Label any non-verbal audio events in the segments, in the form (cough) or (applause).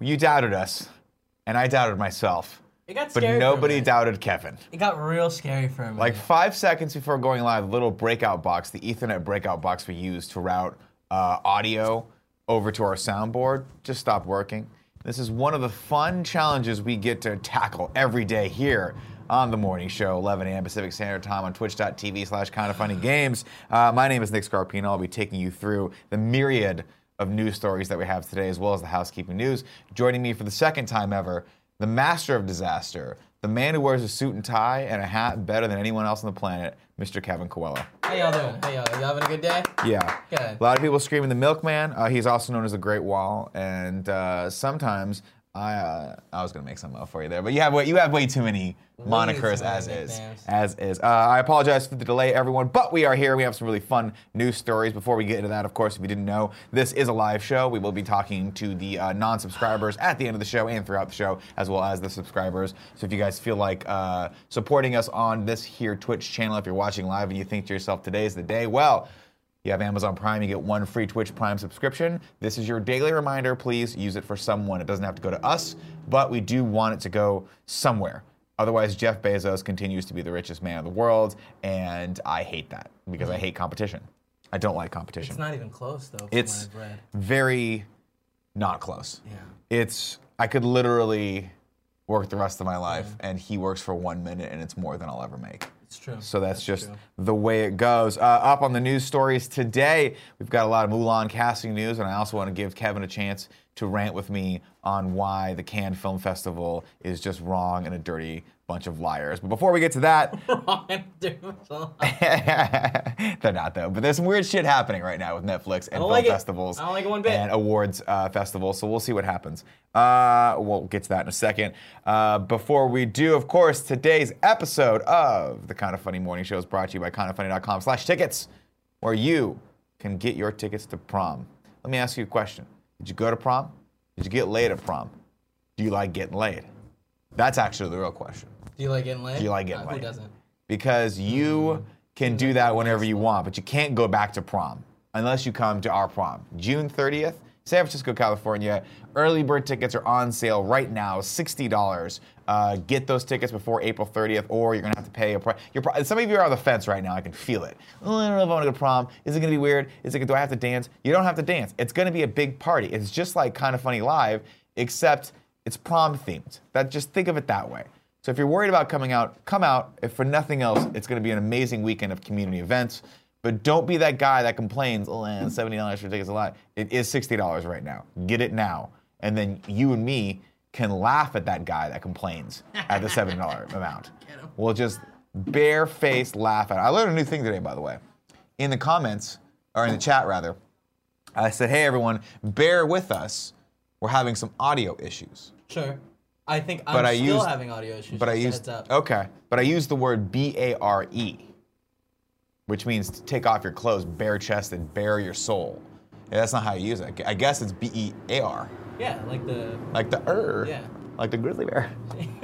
you doubted us, and I doubted myself. It got But scary. for a nobody minute. doubted Kevin. It got real scary for a minute. Like five seconds before going live, the little breakout box, the Ethernet breakout box we use to route uh, audio over to our soundboard, just stopped working. This is one of the fun challenges we get to tackle every day here on the morning show, 11 a.m. Pacific Standard Time on twitch.tv slash kind of funny games. Uh, my name is Nick Scarpino. I'll be taking you through the myriad of news stories that we have today, as well as the housekeeping news. Joining me for the second time ever, the master of disaster, the man who wears a suit and tie and a hat better than anyone else on the planet, Mr. Kevin Coelho. how y'all doing? How y'all? Y'all having a good day? Yeah. Good. A lot of people screaming the milkman. Uh, he's also known as the Great Wall, and uh, sometimes I uh, I was gonna make something up for you there, but you have way, you have way too many monikers too many as is nicknames. as is. Uh, I apologize for the delay, everyone, but we are here. We have some really fun news stories. Before we get into that, of course, if you didn't know, this is a live show. We will be talking to the uh, non-subscribers at the end of the show and throughout the show, as well as the subscribers. So if you guys feel like uh, supporting us on this here Twitch channel, if you're watching live and you think to yourself, "Today's the day," well. You have Amazon Prime, you get one free Twitch Prime subscription. This is your daily reminder. Please use it for someone. It doesn't have to go to us, but we do want it to go somewhere. Otherwise, Jeff Bezos continues to be the richest man in the world, and I hate that because I hate competition. I don't like competition. Mm-hmm. It's not even close though. From It's what I've read. very not close. Yeah. It's I could literally work the rest of my life, Mm-hmm. and he works for one minute, and it's more than I'll ever make. It's true. So (laughs) that's, just the way it goes. Uh, up on the news stories today, we've got a lot of Mulan casting news, and I also want to give Kevin a chance to rant with me on why the Cannes Film Festival is just wrong and a dirty bunch of liars. But before we get to that, I (laughs) they're not though. But there's some weird shit happening right now with Netflix and don't film like it. festivals. I don't like it one bit. And awards uh, festivals. So we'll see what happens. Uh, we'll get to that in a second. Uh, before we do, of course, today's episode of the Kind of Funny Morning Show is brought to you by kindoffunny.com/tickets, where you can get your tickets to prom. Let me ask you a question: Did you go to prom? Did you get laid at prom? Do you like getting laid? That's actually the real question Do you like getting laid? Do you like getting laid? Who doesn't? because you can do that whenever you want, but you can't go back to prom unless you come to our prom. June 30th, San Francisco, California. Early bird tickets are on sale right now, $60. Uh, get those tickets before April 30th, or you're gonna have to pay a price. Some of you are on the fence right now. I can feel it. Oh, I don't know if I want to go to prom. Is it gonna be weird? Is it? Do I have to dance? You don't have to dance. It's gonna be a big party. It's just like kind of funny live, except it's prom themed. That just think of it that way. So if you're worried about coming out, come out. If for nothing else, it's going to be an amazing weekend of community events. But don't be that guy that complains, oh, man, $70 for tickets is a lot. It is $60 right now. Get it now. And then you and me can laugh at that guy that complains at the $70 amount. We'll just barefaced laugh at it. I learned a new thing today, by the way. In the comments, or in the chat rather, I said, hey, everyone, bear with us. We're having some audio issues. Sure. I think I'm But I still used- having audio issues. But I just a used heads up. okay. But I used the word B A R E, which means to take off your clothes, bare chested, bare your soul. Yeah, that's not how you use it. I gu- I guess it's B E A R, Yeah, like the (laughs) like the er, Yeah. like the grizzly bear.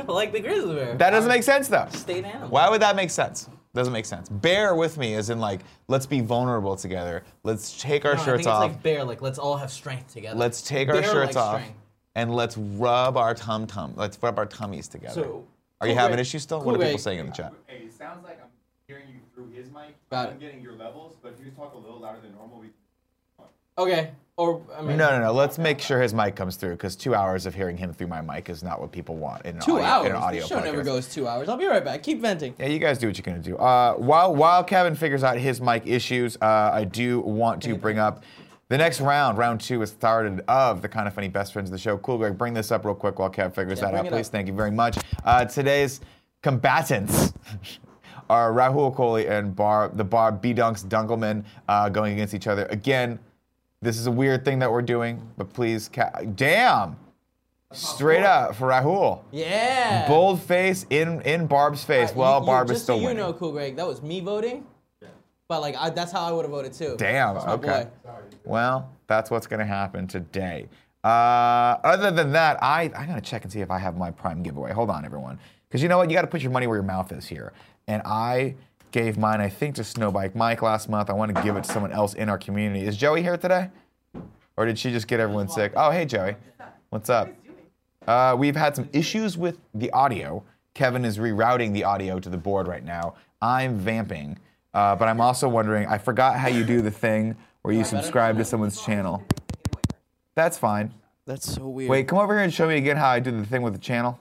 like the grizzly bear. That doesn't make sense though. State animal. Why would that make sense? Doesn't make sense. Bear with me, as in like, let's be vulnerable together. Let's take our No, I think shirts it's off. like bear. Like let's all have strength together. let's take our bear shirts like off, strength. and let's rub our tum tum. Let's rub our tummies together. So, Are you cool having break- issues still? cool what are people break. saying in the chat? Hey, it sounds like I'm hearing you through his mic. Got I'm it. getting your levels, but if you just talk a little louder than normal, we Okay. Or I mean. No, no, no. Let's make sure his mic comes through because two hours of hearing him through my mic is not what people want in an Two audio, hours. In an audio the show never podcast. goes two hours. I'll be right back. Keep venting. Yeah, you guys do what you're gonna do. Uh, while while Kevin figures out his mic issues, uh, I do want to bring up the next round. Round two is started of the kind of funny best friends of the show. Cool, Greg. Bring this up real quick while Kev figures Yeah, that bring out, it please. up. Thank you very much. Uh, today's combatants (laughs) are Rahul Kohli and Bar the Bar B Dunks Dunkelman uh, going against each other again. This is a weird thing that we're doing, but please, Ca- damn, straight up for Rahul. Yeah. Bold face in in Barb's face. Uh, You- well, you- Barb is just so still you winning. know, Cool Greg, that was me voting. But like, I, that's how I would have voted too. Damn. my Okay. boy. Well, that's what's gonna happen today. Uh, other than that, I I gotta check and see if I have my Prime giveaway. Hold on, everyone, because you know what? You gotta put your money where your mouth is here. And I gave mine, I think, to Snowbike Mike last month. I want to give it to someone else in our community. Is Joey here today, or did she just get everyone sick? Oh, hey Joey, what's up? Uh, we've had some issues with the audio. Kevin is rerouting the audio to the board right now. I'm vamping, uh, but I'm also wondering. I forgot how you do the thing where you subscribe to someone's channel. That's fine. That's so weird. Wait, come over here and show me again how I do the thing with the channel,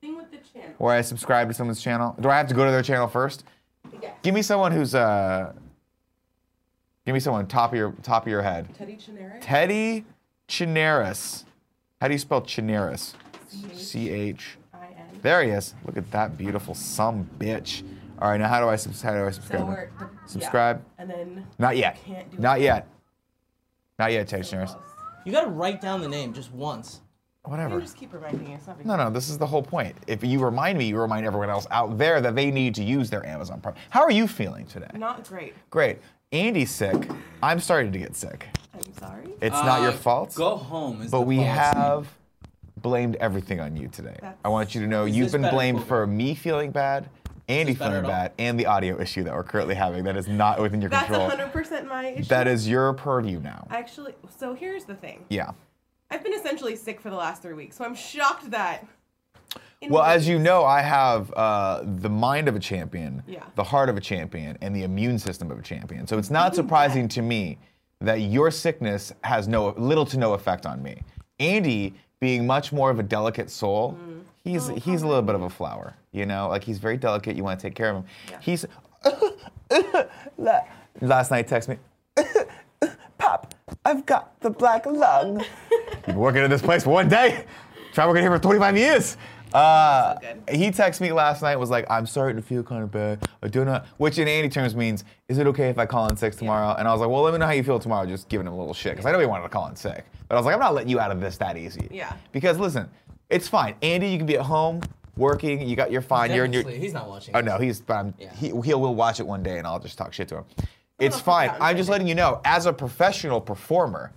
Thing with the channel. where I subscribe to someone's channel. Do I have to go to their channel first? Yes. Give me someone who's uh. Give me someone top of your top of your head. Teddy Generic. Teddy Chinaris. How do you spell Chinaris? C H. I N. There he is. Look at that beautiful some bitch. All right, now how do I subs- how do I subscribe? So we're the, Subscribe. Yeah. And then Not yet. Can't do Not it. yet. Not yet, Teddy Chinaris. close. You gotta write down the name just once. You Whatever. just keep reminding us. Not No, no, this is the whole point. If you remind me, you remind everyone else out there that they need to use their Amazon Prime. How are you feeling today? Not great. Great. Andy's sick. I'm starting to get sick. I'm sorry. It's not your Uh, fault. Go home. Is But the we policy. have blamed everything on you today. I want you to know you've this been better blamed for- for me feeling bad, Andy better feeling at all? bad, and the audio issue that we're currently having that is not within your That's control. 100% my issue. That is your purview now. Actually, so here's the thing. yeah. I've been essentially sick for the last three weeks, so I'm shocked that. in Well, ways- as you know, I have uh, the mind of a champion, Yeah. the heart of a champion, and the immune system of a champion. So it's not surprising to me that your sickness has no little to no effect on me. Andy, being much more of a delicate soul, he's he's a little bit of a flower. You know, like he's very delicate. You want to take care of him. He's (laughs) La- last night text me, (laughs) Pop, I've got the black lung. You've been working in this place for one day. Try working here for 25 years. Uh, good. he texted me last night was like, I'm starting to feel kind of bad. I do not, which in Andy terms means, is it okay if I call in sick tomorrow? And I was like, well, let me know how you feel tomorrow. Just giving him a little shit because I know he wanted to call in sick. But I was like, I'm not letting you out of this that easy. Yeah. Because listen, it's fine. Andy, you can be at home working. You got your fine. You're in your. Definitely, He's not watching. Oh this. no, he's. But I'm, Yeah. he he will watch it one day, and I'll just talk shit to him. It's if fine. that was I'm just letting you know, as a professional performer,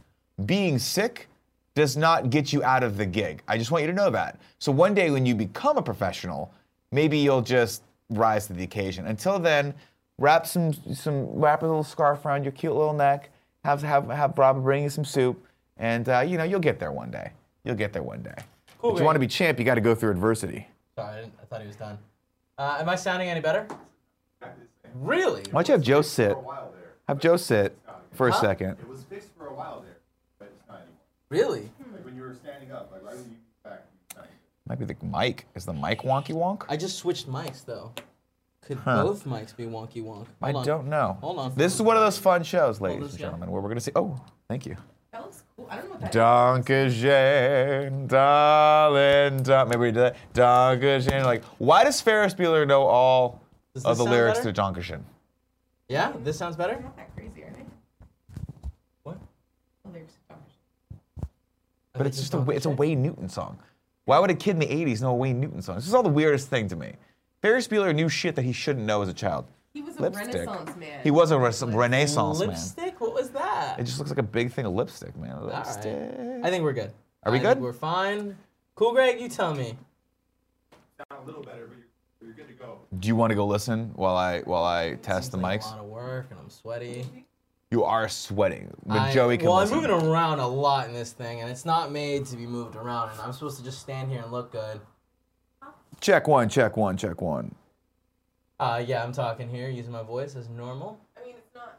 being sick does not get you out of the gig. I just want you to know that. So one day when you become a professional, maybe you'll just rise to the occasion. Until then, wrap some some wrap a little scarf around your cute little neck. Have have have Robin bring you some soup, and uh, you know you'll get there one day. You'll get there one day. Cool, if you man. want to be champ, you got to go through adversity. Sorry, I, didn't, I thought he was done. Uh, am I sounding any better? Really? Why don't you have Joe sit? For a while there. Have Joe sit for a Huh? second. It was fixed for a while there, but it's not anymore. Really? Like when you were standing up, like right when you back, it's not anymore. Might be the mic. Is the mic wonky wonk? I just switched mics though. Could both mics be wonky wonk? I Hold on. don't know. Hold on. This is one of those fun shows, ladies this and down. gentlemen, where we're gonna see. Oh, thank you. That looks cool. I don't know what that is. Dankeschön, darling. Da- Maybe we do that. Dankeschön. Like, why does Ferris Bueller know all Does of this the sound lyrics better? to Dankeschön? Yeah, this sounds better. They're not that crazy, are they? What? The lyrics are garbage. But it's just a it's a Wayne Newton song. Why would a kid in the '80s know a Wayne Newton song? This is all the weirdest thing to me. Ferris Bueller knew shit that he shouldn't know as a child. He was a Lipstick. Renaissance man. He was a res- Renaissance man. lipstick. What was that? It just looks like a big thing of lipstick, man. All right. Lipstick. I think we're good. Are we I think good? We're fine. Cool, Greg. You tell me. Sound a little better, but you're, you're good to go. Do you want to go listen while I while I test the Seems like mics? A lot of work, and I'm sweaty. You are sweating, but I- Joey can Well, listen. I'm moving around a lot in this thing, and it's not made to be moved around. And I'm supposed to just stand here and look good. Check one, check one, check one. Uh, yeah, I'm talking here using my voice as normal. I mean, it's not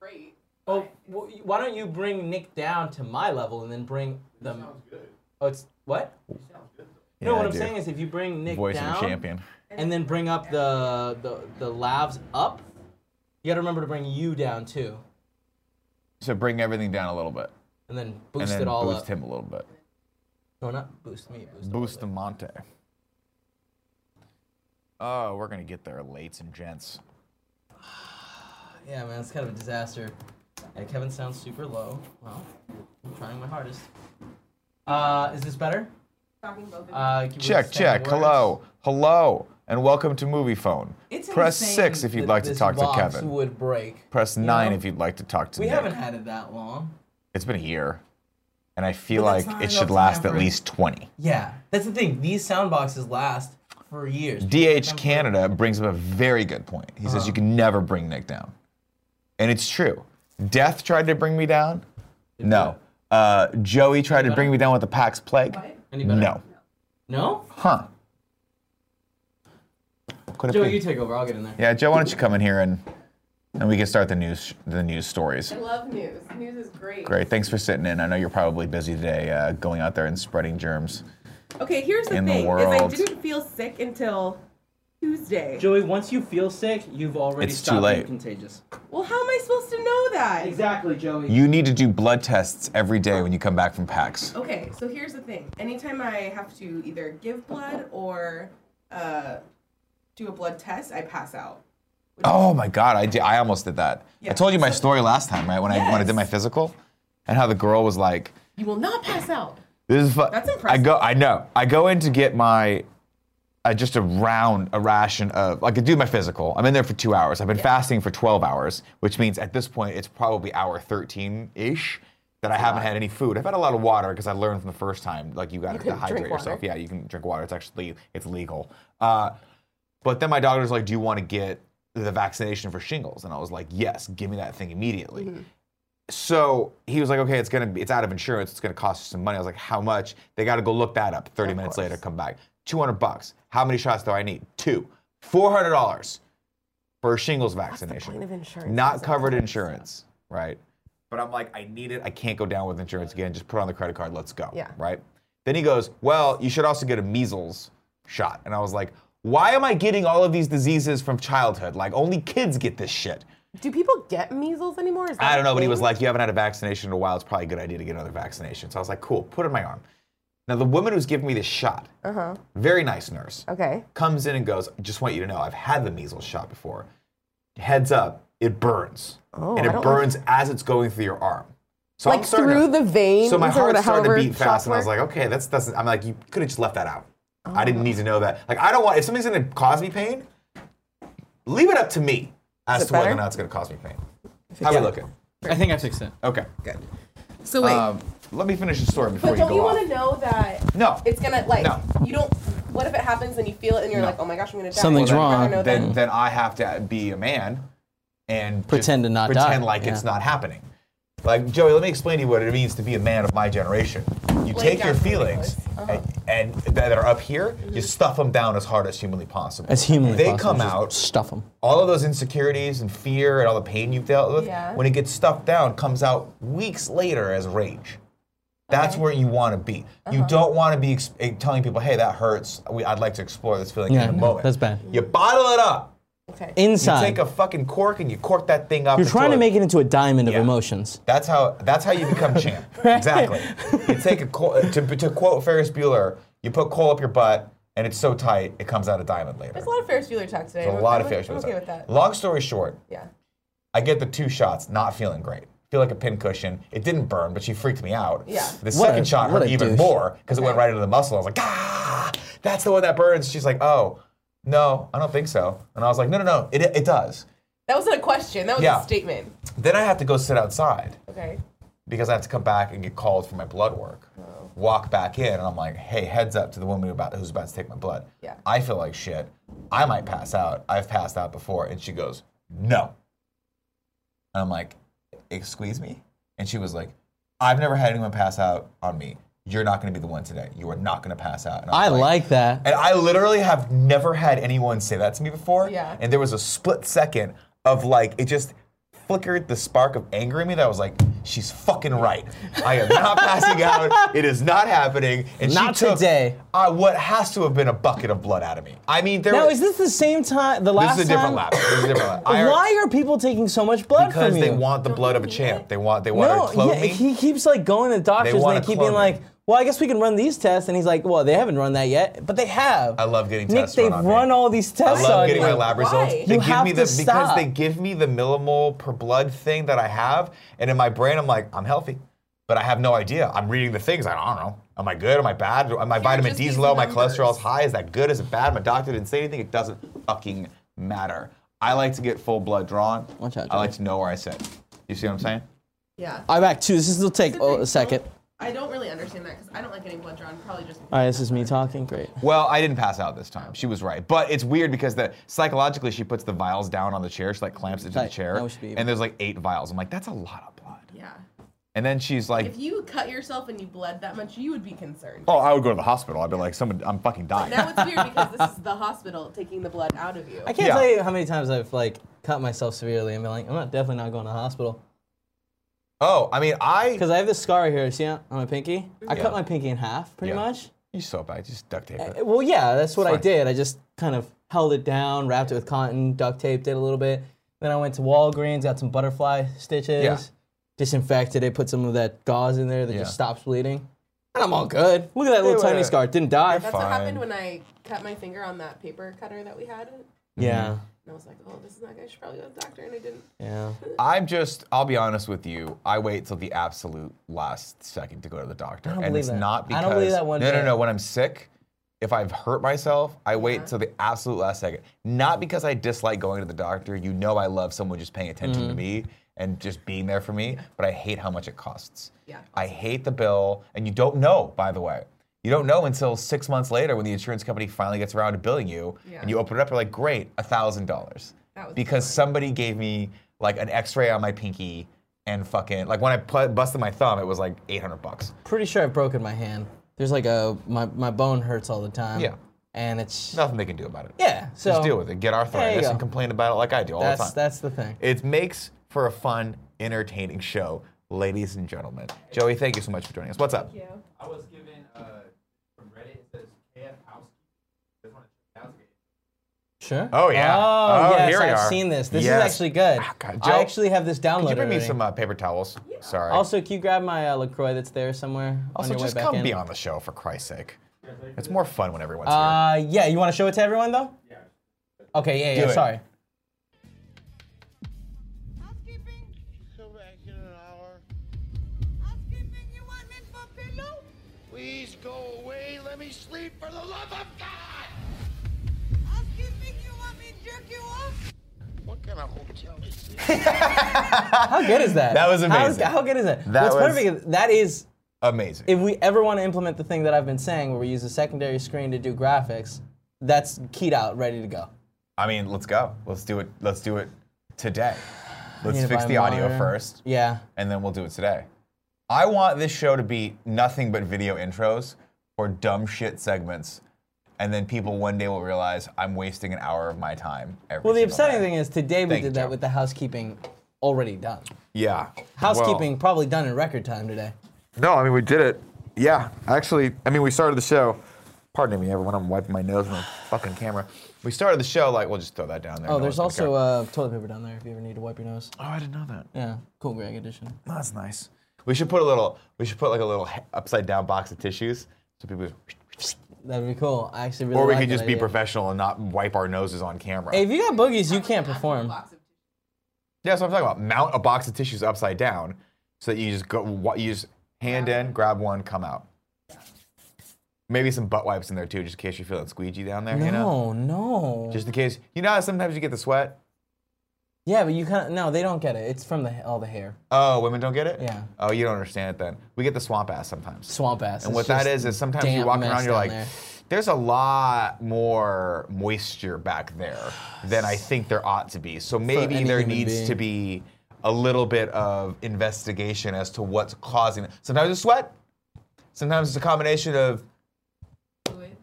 great. Oh, well, y- why don't you bring Nick down to my level and then bring the? Sounds good. Oh, it's what? Sounds good. though. no, Yeah, what I I'm do. saying is if you bring Nick voice down of a champion. and then bring up the the the lavs up, you got to remember to bring you down too, So bring everything down a little bit, and then and boost then it all boost up. him a little bit. No, not boost me. Boost. Boost the Monte. Oh, we're gonna get there, lates and gents. Yeah, man, it's kind of a disaster. Yeah, Kevin sounds super low. Well, I'm trying my hardest. Uh, is this better? Talking both of Uh, can we Check, say check. words? Hello, hello, and welcome to Movie Phone. It's Press insane six if you'd that like to this talk to box Kevin. Would break. Press nine know, if you'd like to talk to We Nick. haven't had it that long. It's been a year, and I feel But like that's not it enough should time last for at it. least 20. Yeah, that's the thing. These sound boxes last for years. DH Canada brings up a very good point. He Uh-huh. says you can never bring Nick down, and it's true. Death tried to bring me down. No, uh, Joey tried to bring me down with the Pax Plague. What? Any better? No. No? Huh. What Could it Joe, be? you take over. I'll get in there. yeah, Joe, why don't you come in here and and we can start the news the news stories. I love news. News is great. Great. Thanks for sitting in. I know you're probably busy today, uh, going out there and spreading germs. Okay, here's the In the thing: is I world. didn't feel sick until Tuesday. Joey, once you feel sick, you've already It's too stopped being late. contagious. Well, how am I supposed to know that? Exactly, Joey. You need to do blood tests every day when you come back from PAX. Okay, so here's the thing. Anytime I have to either give blood or uh, do a blood test, I pass out. Oh my God, I did. I almost did that. Yeah. I told you my story last time, right? When I when I did Yes. my physical, and how the girl was like, You will not pass out. "This is fu- That's I impressive. go. I know. I go in to get my. I just a round, a ration of like I do my physical. I'm in there for two hours. I've been fasting for 12 hours, which means at this point it's probably hour 13 ish that I haven't had any food. I've had a lot of water because I learned from the first time like you got to can drink hydrate yourself. water. Yeah, you can drink water. It's actually it's legal. Uh, but then my doctor's like, "Do you want to get the vaccination for shingles?" And I was like, "Yes, give me that thing immediately." Mm-hmm. So he was like, "Okay, it's gonna be, it's out of insurance. It's gonna cost you some money." I was like, "How much?" They got to go look that up. Thirty minutes later, come back. Two hundred bucks. How many shots do I need? Two. Four hundred dollars for a shingles vaccination. point of insurance? Not covered insurance, right? But I'm like, I need it. I can't go down with insurance again. Just put it on the credit card. Let's go. Yeah. Right. Then he goes, Well, you should also get a measles shot. And I was like, Why am I getting all of these diseases from childhood? Like, only kids get this shit. Do people get measles anymore? Is that I don't know, but he was like, You haven't had a vaccination in a while. It's probably a good idea to get another vaccination. So I was like, Cool, put it in my arm. Now, the woman who's giving me this shot, uh-huh. very nice nurse, okay. comes in and goes, I just want you to know, I've had the measles shot before. Heads up, it burns. and Oh, I it don't burns as it's going through your arm. So I'm like starting through to- the veins. so my or heart the- started to however beat fast, shots and I was work? like, okay, that's doesn't. I'm like, you could have just left that out. I Oh. didn't need to know that. Like, I don't want if something's going to cause me pain, leave it up to me as it to whether or better? not it's going to cause me pain. How we looking? I think I fixed it. Okay. So wait, Um, let me finish the story before but you don't go you off. want to know that No. it's gonna like No. you don't? What if it happens and you feel it and you're No. like, oh my gosh, I'm gonna die? Something's I'd rather wrong. know that- then then I have to be a man and just Pretend to not die. pretend like it's Yeah. not happening. Like Joey, let me explain to you what it means to be a man of my generation. You Lay take your down for me, feelings please. a- and, that are up here, you stuff them down as hard as humanly possible. As humanly they possible, come just out, Stuff them. all of those insecurities and fear and all the pain you've dealt with, Yeah. when it gets stuffed down, comes out weeks later as rage. That's where you want to be. Uh-huh. You don't want to be ex- eh, telling people, "Hey, that hurts. We, I'd like to explore this feeling Yeah, in a no, moment." that's bad. You bottle it up. okay. You Inside. take a fucking cork and you cork that thing up. You're trying to make it into a diamond Yeah. of emotions. That's how. That's how you become (laughs) champ. Exactly. You take a cor- to, to quote Ferris Bueller, you put coal up your butt, and it's so tight it comes out a diamond later. There's a lot of Ferris Bueller talk today. A I'm- lot I'm, of Ferris I'm Bueller. okay with that. Long story short, Yeah. I get the two shots, not feeling great. Feel like a pincushion. It didn't burn, but she freaked me out. Yeah. The What second a- shot what hurt a even douche. more because it went right into the muscle. I was like, ah, that's the one that burns. She's like, oh, no, I don't think so. And I was like, no, no, no, it, it does. That wasn't a question. That was Yeah. a statement. Then I have to go sit outside Okay. because I have to come back and get called for my blood work. Walk back in, and I'm like, hey, heads up to the woman who about, who's about to take my blood. Yeah. I feel like shit. I might pass out. I've passed out before. And she goes, no. And I'm like, excuse me? And she was like, I've never had anyone pass out on me. You're not going to be the one today. You are not going to pass out. And I'm I like that. and I literally have never had anyone say that to me before. Yeah. And there was a split second of like, it just flickered the spark of anger in me that I was like, she's fucking right. I am not passing out. It is not happening. And Not she took, today. Uh, what has to have been a bucket of blood out of me. I mean, there Now, is this the same time? The this last is a different time? lap. This is a different lap. I- Why are people taking so much blood Because from you? they want the blood of a champ. They want. They want to no, clone yeah, me. he keeps like going to doctors wanna and they keep clone being me. like, "Well, I guess we can run these tests," and he's like, "Well, they haven't run that yet, but they have." I love getting Nick, tests they've run on me. run all these I tests love on getting you. my lab Why? results. You They give have me to the because stop. they give me the millimole per blood thing that I have, and in my brain I'm like, I'm healthy, but I have no idea. I'm reading the things. I don't know. Am I good? Am I bad? Am my vitamin just D's these low? My numbers. cholesterol's high? Is that good? Is it bad? My doctor didn't say anything. It doesn't fucking matter. I like to get full blood drawn. Watch out, I Joey. like to know where I sit. You see what I'm saying? Yeah. I back too. This will take oh, a second. I don't really understand that because I don't like getting blood drawn. Probably just. All right, this is me talking. Great. Well, I didn't pass out this time. She was right, but it's weird because the psychologically she puts the vials down on the chair. She like clamps it to the Right. chair, That we should be- and there's like eight vials. I'm like, that's a lot of blood. Yeah. And then she's like, If you cut yourself and you bled that much, you would be concerned. "Oh, I would go to the hospital." I'd be like, "Someone, I'm fucking dying." Now it's weird because this is the hospital taking the blood out of you. I can't Yeah. tell you how many times I've like cut myself severely and been like, I'm not definitely not going to the hospital oh, I mean, I. because I have this scar here. See on my pinky? I Mm-hmm. Yeah. cut my pinky in half, pretty Yeah. much. You so bad. Just duct tape it. Uh, Well, yeah, that's what I Fine. did. I just kind of held it down, wrapped it with cotton, duct taped it a little bit. Then I went to Walgreens, got some butterfly stitches, Yeah. disinfected it, put some of that gauze in there that Yeah. just stops bleeding. And I'm all good. Look at that little were- tiny scar. It didn't die. That's Fine. what happened when I cut my finger on that paper cutter that we had. And Yeah. I was like, oh, this is not good. I should probably go to the doctor. And I didn't. Yeah. I'm just. I'll be honest with you. I wait till the absolute last second to go to the doctor, don't and believe it's that. not I because. don't believe that one No, no, bit. no. When I'm sick, if I've hurt myself, I Uh-huh. wait till the absolute last second. Not because I dislike going to the doctor. You know, I love someone just paying attention Mm. to me and just being there for me. But I hate how much it costs. Yeah. I hate the bill, and you don't know, by the way. You don't know until six months later when the insurance company finally gets around to billing you, Yeah. and you open it up. You're like, great, a thousand dollars, That was because somebody gave me like an X-ray on my pinky, and fucking like when I pu- busted my thumb, it was like eight hundred bucks. Pretty sure I've broken my hand. There's like a my, my bone hurts all the time. Yeah. And it's Nothing they can do about it. yeah. So Just deal with it. Get arthritis go. and complain about it like I do all the That's time. that's the thing. It makes for a fun, entertaining show, ladies and gentlemen. Joey, thank you so much for joining us. What's up? Yeah. I was given uh, from Reddit, it says KF Housekeeping. You guys want to check it out? Sure. Oh, yeah. Oh, Oh, yes, here we I've are. seen this. This Yes. is actually good. Ah, God, Joe, I actually have this downloaded. Could you bring me already. some uh, paper towels? Sorry. Also, can you grab my uh, Lacroix that's there somewhere on Also, your just way back come in? be on the show for Christ's sake. It's more fun when everyone's here. Uh, yeah. You want to show it to everyone though? Yeah. Okay. Yeah. Do yeah. it. Sorry. Housekeeping? Come back in an hour. Housekeeping, you want me for pillow? Please go away. Let me sleep for the love of God. Housekeeping, you want me to jerk you off? What kind of hotel is this? How good is that? That was How- amazing. How, good is that? That What's was- perfect. is- That is. Amazing. If we ever want to implement the thing that I've been saying, where we use a secondary screen to do graphics, that's keyed out, ready to go. I mean, let's go. Let's do it. Let's do it today. Let's need to fix buy a the audio monitor. first, Yeah. and then we'll do it today. I want this show to be nothing but video intros or dumb shit segments, and then people one day will realize I'm wasting an hour of my time. Every Well, the upsetting thing is today we Thank you, did Joe. that with the housekeeping already done. yeah, Housekeeping probably done in record time today. No, I mean we did it. Yeah, actually, I mean we started the show. Pardon me, everyone. I'm wiping my nose with my fucking camera. We started the show like we'll just throw that down there. Oh, No there's one's also gonna uh, toilet paper down there if you ever need to wipe your nose. care. oh, I didn't know that. Yeah, cool Greg edition. Oh, that's nice. We should put a little. We should put like a little he- upside down box of tissues so people. Just, That'd be cool. I actually really. or we like could that just be idea. professional and not wipe our noses on camera. Hey, if you got boogies, you can't perform. Box of yeah, that's what I'm talking about. Mount a box of tissues upside down so that you just go. wa- You just hand in, grab one, come out. Maybe some butt wipes in there too, just in case you're feeling squeegee down there. You know, No, no. just in case. You know how sometimes you get the sweat. yeah, but you kind of no, they don't get it. It's from the all the hair. Oh, women don't get it. Yeah. Oh, you don't understand it then. We get the swamp ass sometimes. Swamp ass. And It's what that just is is sometimes you damp walk around, mess you're down like, there. there's a lot more moisture back there than I think there ought to be. So maybe any there human needs to be a little bit of investigation as to what's causing it. Sometimes it's sweat. Sometimes it's a combination of fluids.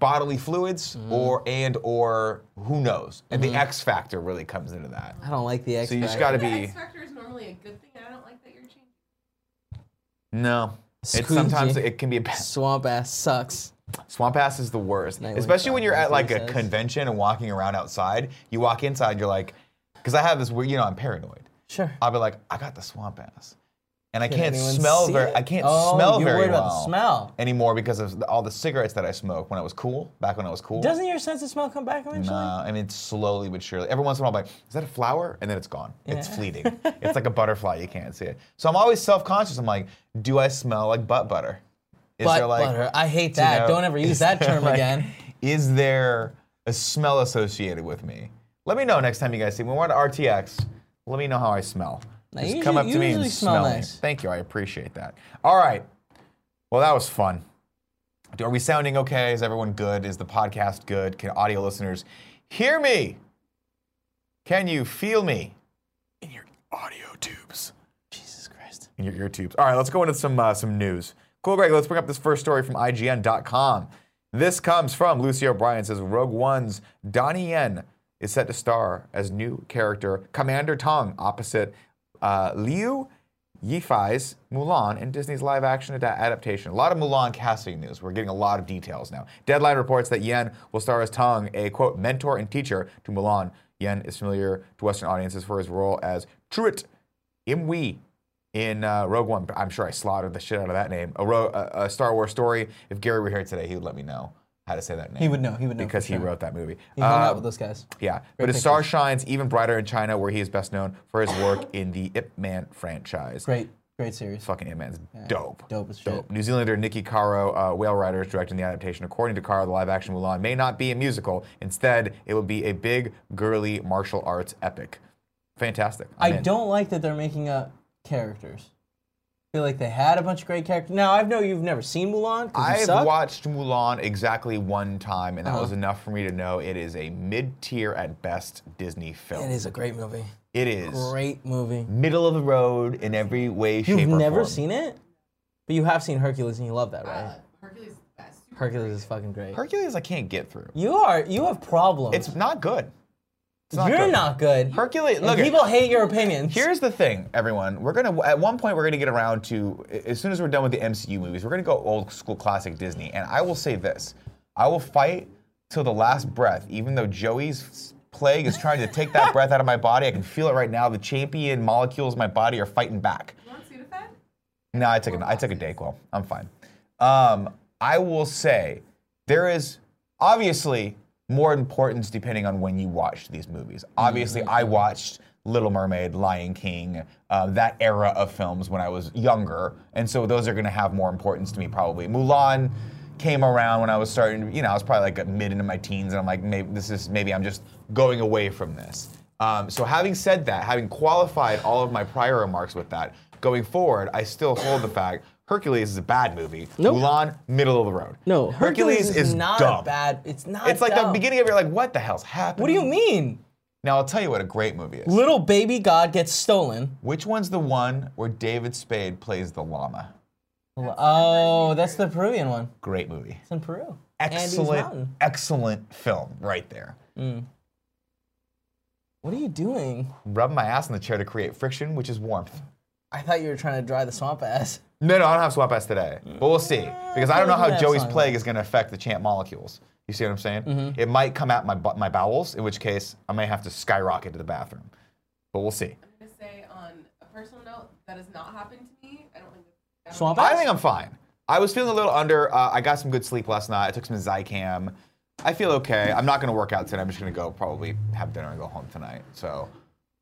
bodily fluids Mm-hmm. or and or who knows. And the X factor really comes into that. I don't like the X. So you just Factor. got to The be X Factor is normally a good thing. and I don't like that you're changing. no. It's sometimes Squeegee. it can be a bad Swamp ass sucks. Swamp ass is the worst, Nightwing especially when Swamp you're Ass, at like he a says. convention and walking around outside. You walk inside, you're like, because I have this weird, you know, I'm paranoid. Sure. I'll be like, I got the swamp ass, and I Can can't anyone smell see very, it? I can't Oh, smell you're very worried well about the smell. anymore because of the- all the cigarettes that I smoked when I was cool, back when I was cool. Doesn't your sense of smell come back eventually? Nah, I mean, slowly but surely. Every once in a while, I'm like, is that a flower? And then it's gone. It's Yeah. fleeting. (laughs) it's like a butterfly. You can't see it. So I'm always self-conscious. I'm like, do I smell like butt butter? Is Butt butter. I hate you that. know, Don't ever is use that there, term like, again. Is there a smell associated with me? Let me know next time you guys see me. When we're at RTX, let me know how I smell. Now, Just you come up to usually- me and usually smell me. nice. Thank you. I appreciate that. All right. Well, that was fun. Are we sounding okay? Is everyone good? Is the podcast good? Can audio listeners hear me? Can you feel me in your audio tubes? Jesus Christ. in your ear tubes. All right, let's go into some uh, some news. Cool, Greg. Let's bring up this first story from IGN.com. This comes from Lucy O'Brien. Says Rogue One's Donnie Yen is set to star as new character Commander Tong opposite uh, Liu Yifei's Mulan in Disney's live action ad- adaptation. A lot of Mulan casting news. We're getting a lot of details now. Deadline reports that Yen will star as Tong, a quote, mentor and teacher to Mulan. Yen is familiar to Western audiences for his role as Truitt Imwe in uh, Rogue One. But I'm sure I slaughtered the shit out of that name. A, Ro- a, a Star Wars story. If Gary were here today, he would let me know how to say that name. He would know. He would know. Because for he sure. wrote that movie. He hung Uh, out with those guys. yeah, but his star shines even brighter in China, where he is best known for his work (laughs) in the Ip Man franchise. Great, great series. Fucking Ip Man's dope. Dope as shit. New Zealander Nikki Caro, uh, Whale Rider, is directing the adaptation. According to Caro, the live action Mulan may not be a musical. Instead, it will be a big, girly martial arts epic. Fantastic. I I'm in. don't like that they're making up characters. I feel like they had a bunch of great characters. Now I know you've never seen Mulan. 'cause you I've suck. Uh-huh. watched Mulan exactly one time, and that was enough for me to know it is a mid tier at best Disney film. It is a great movie. It is Great movie. middle of the road in every way, shape, You've or never form. seen it, but you have seen Hercules, and you love that, right? Uh, Hercules is the best. Hercules is fucking great. Hercules, I can't get through. You are you have problems. It's not good. It's You're not good. Hercules. And Look, at- people hate your opinions. here's the thing, everyone. We're gonna at one point we're gonna get around to as soon as we're done with the MCU movies, we're gonna go old school classic Disney. And I will say this: I will fight till the last breath, even though Joey's plague is trying to take that breath out of my body. I can feel it right now. The champion molecules in my body are fighting back. You want Sudafed? No, I took a I took a Dayquil. I'm fine. Um, I will say there is obviously more importance depending on when you watch these movies. Obviously, I watched Little Mermaid, Lion King, uh, that era of films when I was younger, and so those are going to have more importance to me probably. Mulan came around when I was starting. You know, I was probably like mid into my teens, and I'm like, maybe this is maybe I'm just going away from this. Um, so having said that, having qualified all of my prior remarks with that, going forward, I still hold the fact Hercules is a bad movie. Nope. Mulan, middle of the road. no, Hercules, is, not dumb. a bad. It's not. It's like the dumb. beginning of it, you're like, what the hell's happening? What do you mean? Now I'll tell you what a great movie is. Little baby God gets stolen. Which one's the one where David Spade plays the llama? Oh, that's the Peruvian one. Great movie. It's in Peru. Andes Excellent, Mountain. excellent film right there. What are you doing? Rub my ass in the chair to create friction, which is warmth. I thought you were trying to dry the swamp ass. No, no, I don't have swamp ass today, but we'll see because I don't know how That's Joey's not plague is going to affect the champ molecules. You see what I'm saying? It might come out my bu- my bowels, in which case I may have to skyrocket to the bathroom. But we'll see. I'm gonna say on a personal note that has not happened to me. I don't think. I don't Swamp I ass? think I'm fine. I was feeling a little under. Uh, I got some good sleep last night. I took some Zycam. I feel okay. I'm not going to work out tonight. I'm just going to go probably have dinner and go home tonight. So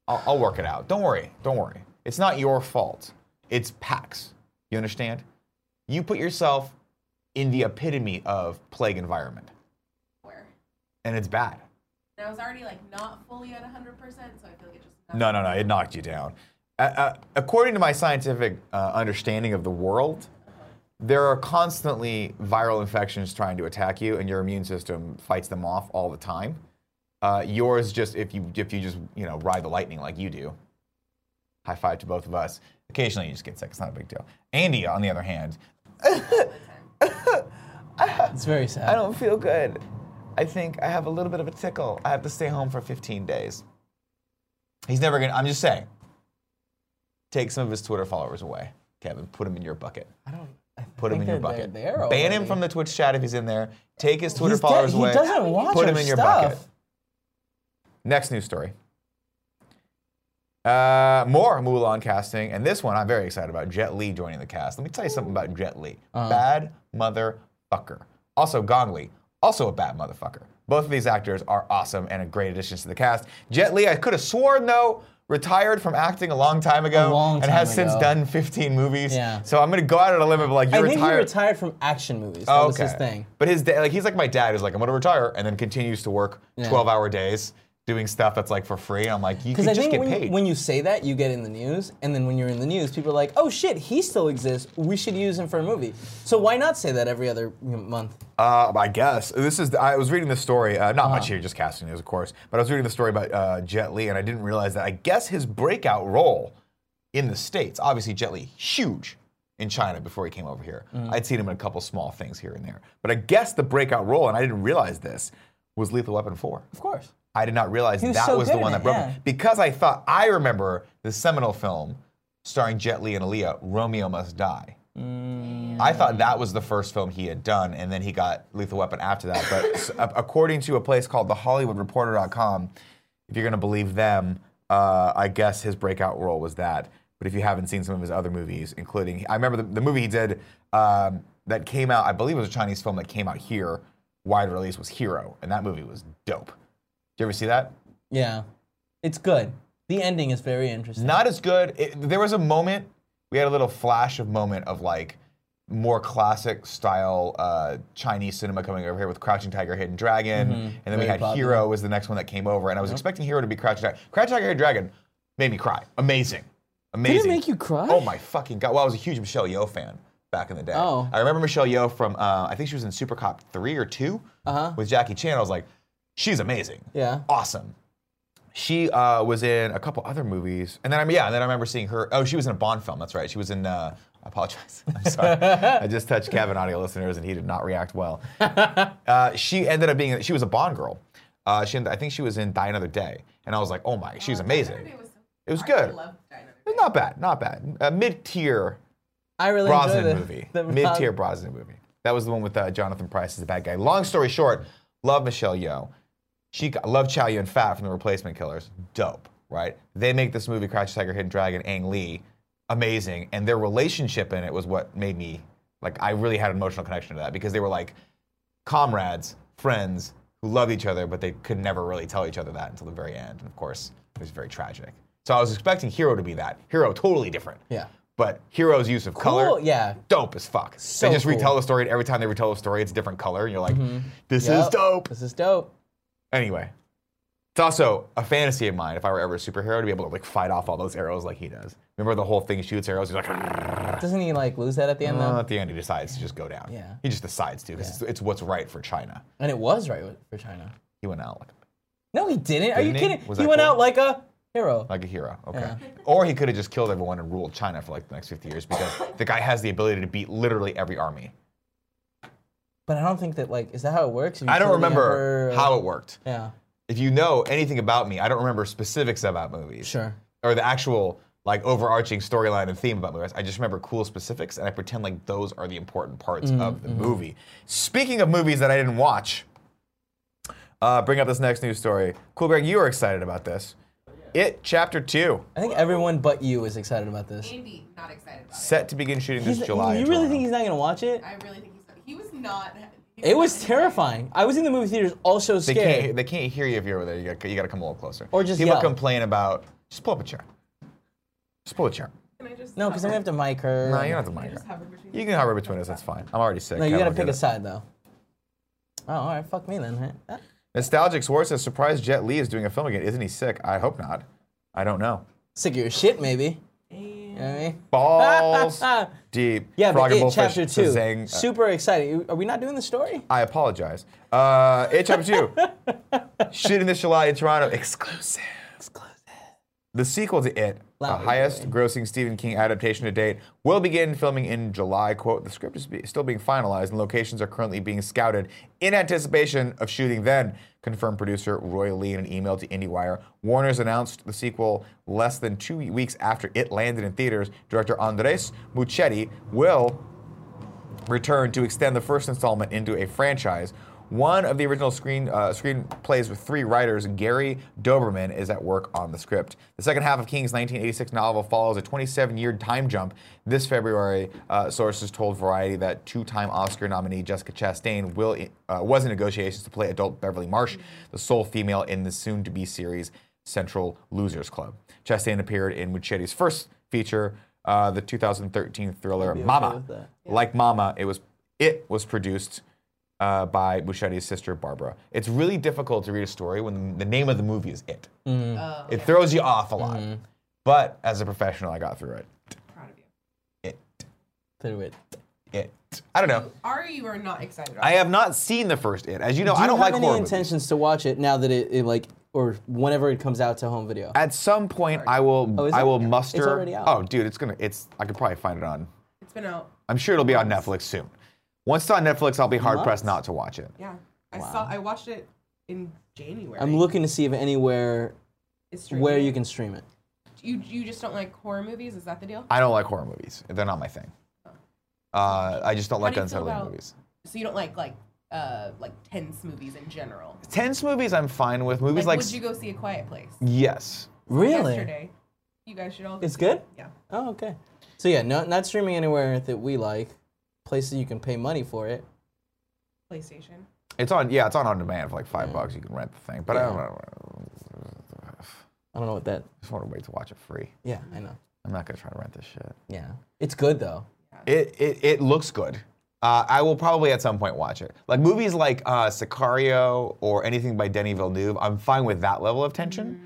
I'll, I'll work it out. Don't worry. Don't worry. It's not your fault. It's PAX. You understand? You put yourself in the epitome of plague environment, Where? and it's bad. And I was already like not fully at 100, percent so I feel like it just. No, no, no. It knocked you down. Uh, uh, according to my scientific uh, understanding of the world, there are constantly viral infections trying to attack you, and your immune system fights them off all the time. Uh, yours just if you if you just you know ride the lightning like you do. High five to both of us. Occasionally you just get sick. It's not a big deal. Andy, on the other hand, It's very sad. I don't feel good. I think I have a little bit of a tickle. I have to stay home for 15 days. He's never gonna. I'm just saying. Take some of his Twitter followers away, Kevin. Put him in your bucket. I don't. I Put him think in your they're- bucket. they're there Ban him already. from the Twitch chat if he's in there. Take his Twitter He's dead. followers he away. doesn't watch Put our him in your stuff. bucket. Next news story. Uh, more Mulan casting, and this one I'm very excited about. Jet Li joining the cast. Let me tell you something about Jet Li. Uh-huh. Bad motherfucker. Also Gong Li, also a bad motherfucker. Both of these actors are awesome and a great additions to the cast. Jet Li, I could have sworn though, retired from acting a long time ago, long and time has since ago. done 15 movies. Yeah. So I'm gonna go out on a limb and be like, I you're think he retired. retired from action movies. That Oh, was his thing. But his dad, like he's like my dad, who's like, I'm gonna retire, and then continues to work 12 hour days doing stuff that's like for free. And I'm like, you can Because I just think get when you, paid. when you say that, you get in the news, and then when you're in the news, people are like, "Oh shit, he still exists. We should use him for a movie." So why not say that every other you know, month? Uh, I guess this is. I was reading the story. Uh, not much here, just casting news, of course. But I was reading the story about uh, Jet Li, and I didn't realize that. I guess his breakout role in the States. Obviously, Jet Li, huge in China before he came over here. Mm. I'd seen him in a couple small things here and there. But I guess the breakout role, and I didn't realize this, was Lethal Weapon 4. Of course. I did not realize was that so was the good one in that it, broke yeah. me. Because I thought, I remember the seminal film starring Jet Li and Aaliyah, Romeo Must Die. Mm. I thought that was the first film he had done, and then he got Lethal Weapon after that. But s- a- according to a place called thehollywoodreporter.com, if you're going to believe them, uh, I guess his breakout role was that. But if you haven't seen some of his other movies, including, I remember the, the movie he did um, that came out, I believe it was a Chinese film that came out here, wide release, was Hero. And that movie was dope. Did you ever see that? Yeah. It's good. The ending is very interesting. Not as good. It, there was a moment we had a little flash of moment of like more classic style uh, Chinese cinema coming over here with Crouching Tiger, Hidden Dragon, and then we Mm-hmm. Very had popular. Hero was the next one that came over, and I was expecting Hero to be Crouching Tiger. Crouching Tiger, Hidden Dragon made me cry. Amazing, amazing. make you cry? Oh my fucking god! Well, I was a huge Michelle Yeoh fan back in the day. Oh. I remember Michelle Yeoh from uh, I think she was in Super Cop three or 2 Uh-huh. with Jackie Chan. I was like, she's amazing. Yeah. awesome. She uh, was in a couple other movies, and then I mean, yeah, and then I remember seeing her. Oh, she was in a Bond film. That's right. She was in. Uh, I apologize. (laughs) I'm sorry. I just touched Kevin audio listeners, and he did not react (laughs) well. Uh, she ended up being. She was a Bond girl. Uh, she, I think she was in Die Another Day, and I was like, oh my, she's amazing. It was I good. loved Dynamite. Not bad. Not bad. A mid-tier I really enjoy Brosnan the, movie. (laughs) the Mid-tier Brosnan movie. That was the one with uh, Jonathan Price as the bad guy. Long story short, love Michelle Yeoh. She got, love Chow Yun Fat from The Replacement Killers. Dope, right? They make this movie, Crouch Tiger, Hidden Dragon, Ang Lee, amazing. And their relationship in it was what made me like I really had an emotional connection to that because they were like comrades, friends who love each other, but they could never really tell each other that until the very end. And of course, it was very tragic. So I was expecting Hero to be that. Hero, totally different. Yeah. But Hero's use of color, Cool, yeah. dope as fuck. So they just cool. Mm-hmm. retell the story, and every time they retell the story, it's a different color, and you're like, this is Yep. dope. This is dope. Anyway, it's also a fantasy of mine if I were ever a superhero to be able to like fight off all those arrows like he does. Remember the whole thing shoots arrows, he's like, Doesn't he like lose that at the end "Uh," though? at the end he decides to just go down. Yeah. He just decides to because it's, it's what's right for China. And it was right with- for China. He went out like, No, he didn't. Are you Didn't he? kidding? Was he that went cool? out like a hero. like a hero. Okay. Yeah. Or he could have just killed everyone and ruled China for like the next 50 years because the guy has the ability to beat literally every army. but I don't think that like is that how it works? If you I don't kill the remember emperor- how it worked. Yeah. if you know anything about me, I don't remember specifics about movies. Sure. Or the actual like overarching storyline and theme about movies. I just remember cool specifics and I pretend like those are the important parts Mm, of the movie. Speaking of movies that I didn't watch, uh, bring up this next news story. Cool Greg, you were excited about this. It chapter two. I think everyone but you is excited about this. Andy, not excited about it. Set to begin shooting He's- this July. in you really Toronto. think he's not gonna watch it? I really think he's not. He was not. he It was not terrifying. I was in the movie theaters also they scared. can't they can't hear you if you're over there. You got you gotta come a little closer. Or just people yell. complain about just pull up a chair. Just pull a chair. Can I just No, because I'm gonna have to mic her. No, you don't have to mind just her. hover between You can hover between us. That's fine. I'm already sick. No, I you gotta don't pick get a it. side though. Oh, all right. Fuck me then. huh? Nostalgic Swartz is surprised Jet Li is doing a film again. Isn't he sick? I hope not. I don't know. Sick of your shit, maybe. You know what I mean? (laughs) Balls deep. Yeah, Frog but and it, Bullfish, chapter two. Zang. uh, Super exciting. You- Are we not doing the story? I apologize. Uh, it chapter (laughs) two. Shooting this July in Toronto. Exclusive. Exclusive. The sequel to It, the Loud, highest grossing Stephen King adaptation to date, will begin filming in July. Quote, the script is be- still being finalized and locations are currently being scouted in anticipation of shooting then, confirmed producer Roy Lee in an email to IndieWire. Warner's announced the sequel less than two weeks after it landed in theaters. Director Andres Muchetti will return to extend the first installment into a franchise. One of the original screen uh, screenplays with three writers, Gary Doberman, is at work on the script. The second half of King's 1986 novel follows a 27-year time jump. This February, uh, sources told Variety that two-time Oscar nominee Jessica Chastain will uh, was in negotiations to play adult Beverly Marsh, the sole female in the soon-to-be series Central Losers Club. Chastain appeared in Mucchetti's first feature, uh, the 2013 thriller okay Mama. with that. Like Mama, it was it was produced uh, by Buscetti's sister Barbara. It's really difficult to read a story when the, the name of the movie is it. Oh, It throws you off a lot. But as a professional, I got through it. Proud of you. It. Through it. It. I don't know. Are you or not excited about I have not seen the first it. As you know, Do you Oh, I don't have like any horror movies. intentions to watch it now that it, it like or whenever it comes out to home video. At some point, I will. Oh, is I it? will It's muster. already out. Oh, dude, it's gonna. It's. I could probably find it on. It's been out. I'm sure it'll be on Netflix soon. Once it's on Netflix, I'll be hard pressed not Months? to watch it. Yeah, I saw. I watched it in January. I'm looking to see if anywhere It's streaming. where you can stream it. You you just don't like horror movies? Is that the deal? I don't like horror movies. They're not my thing. Uh, I just don't like Oh. do you feel unsettling about- movies. So you don't like like uh like tense movies in general. Tense movies, I'm fine with. Movies Like, like, would you go see a Quiet Place? yes, Really? Yesterday, you guys should all. It's good? Yeah. Oh, okay. So yeah, no, not streaming anywhere that we like. Places you can pay money for it. PlayStation. it's on. Yeah, it's on on demand for like five bucks. You can rent the thing, but I don't. (sighs) I I don't know what that. just want to wait to watch it free. Yeah, I know. I'm not gonna try to rent this shit. Yeah, it's good though. It it, it looks good. Uh, I will probably at some point watch it. Like movies like uh, Sicario or anything by Denny Villeneuve, I'm fine with that level of tension,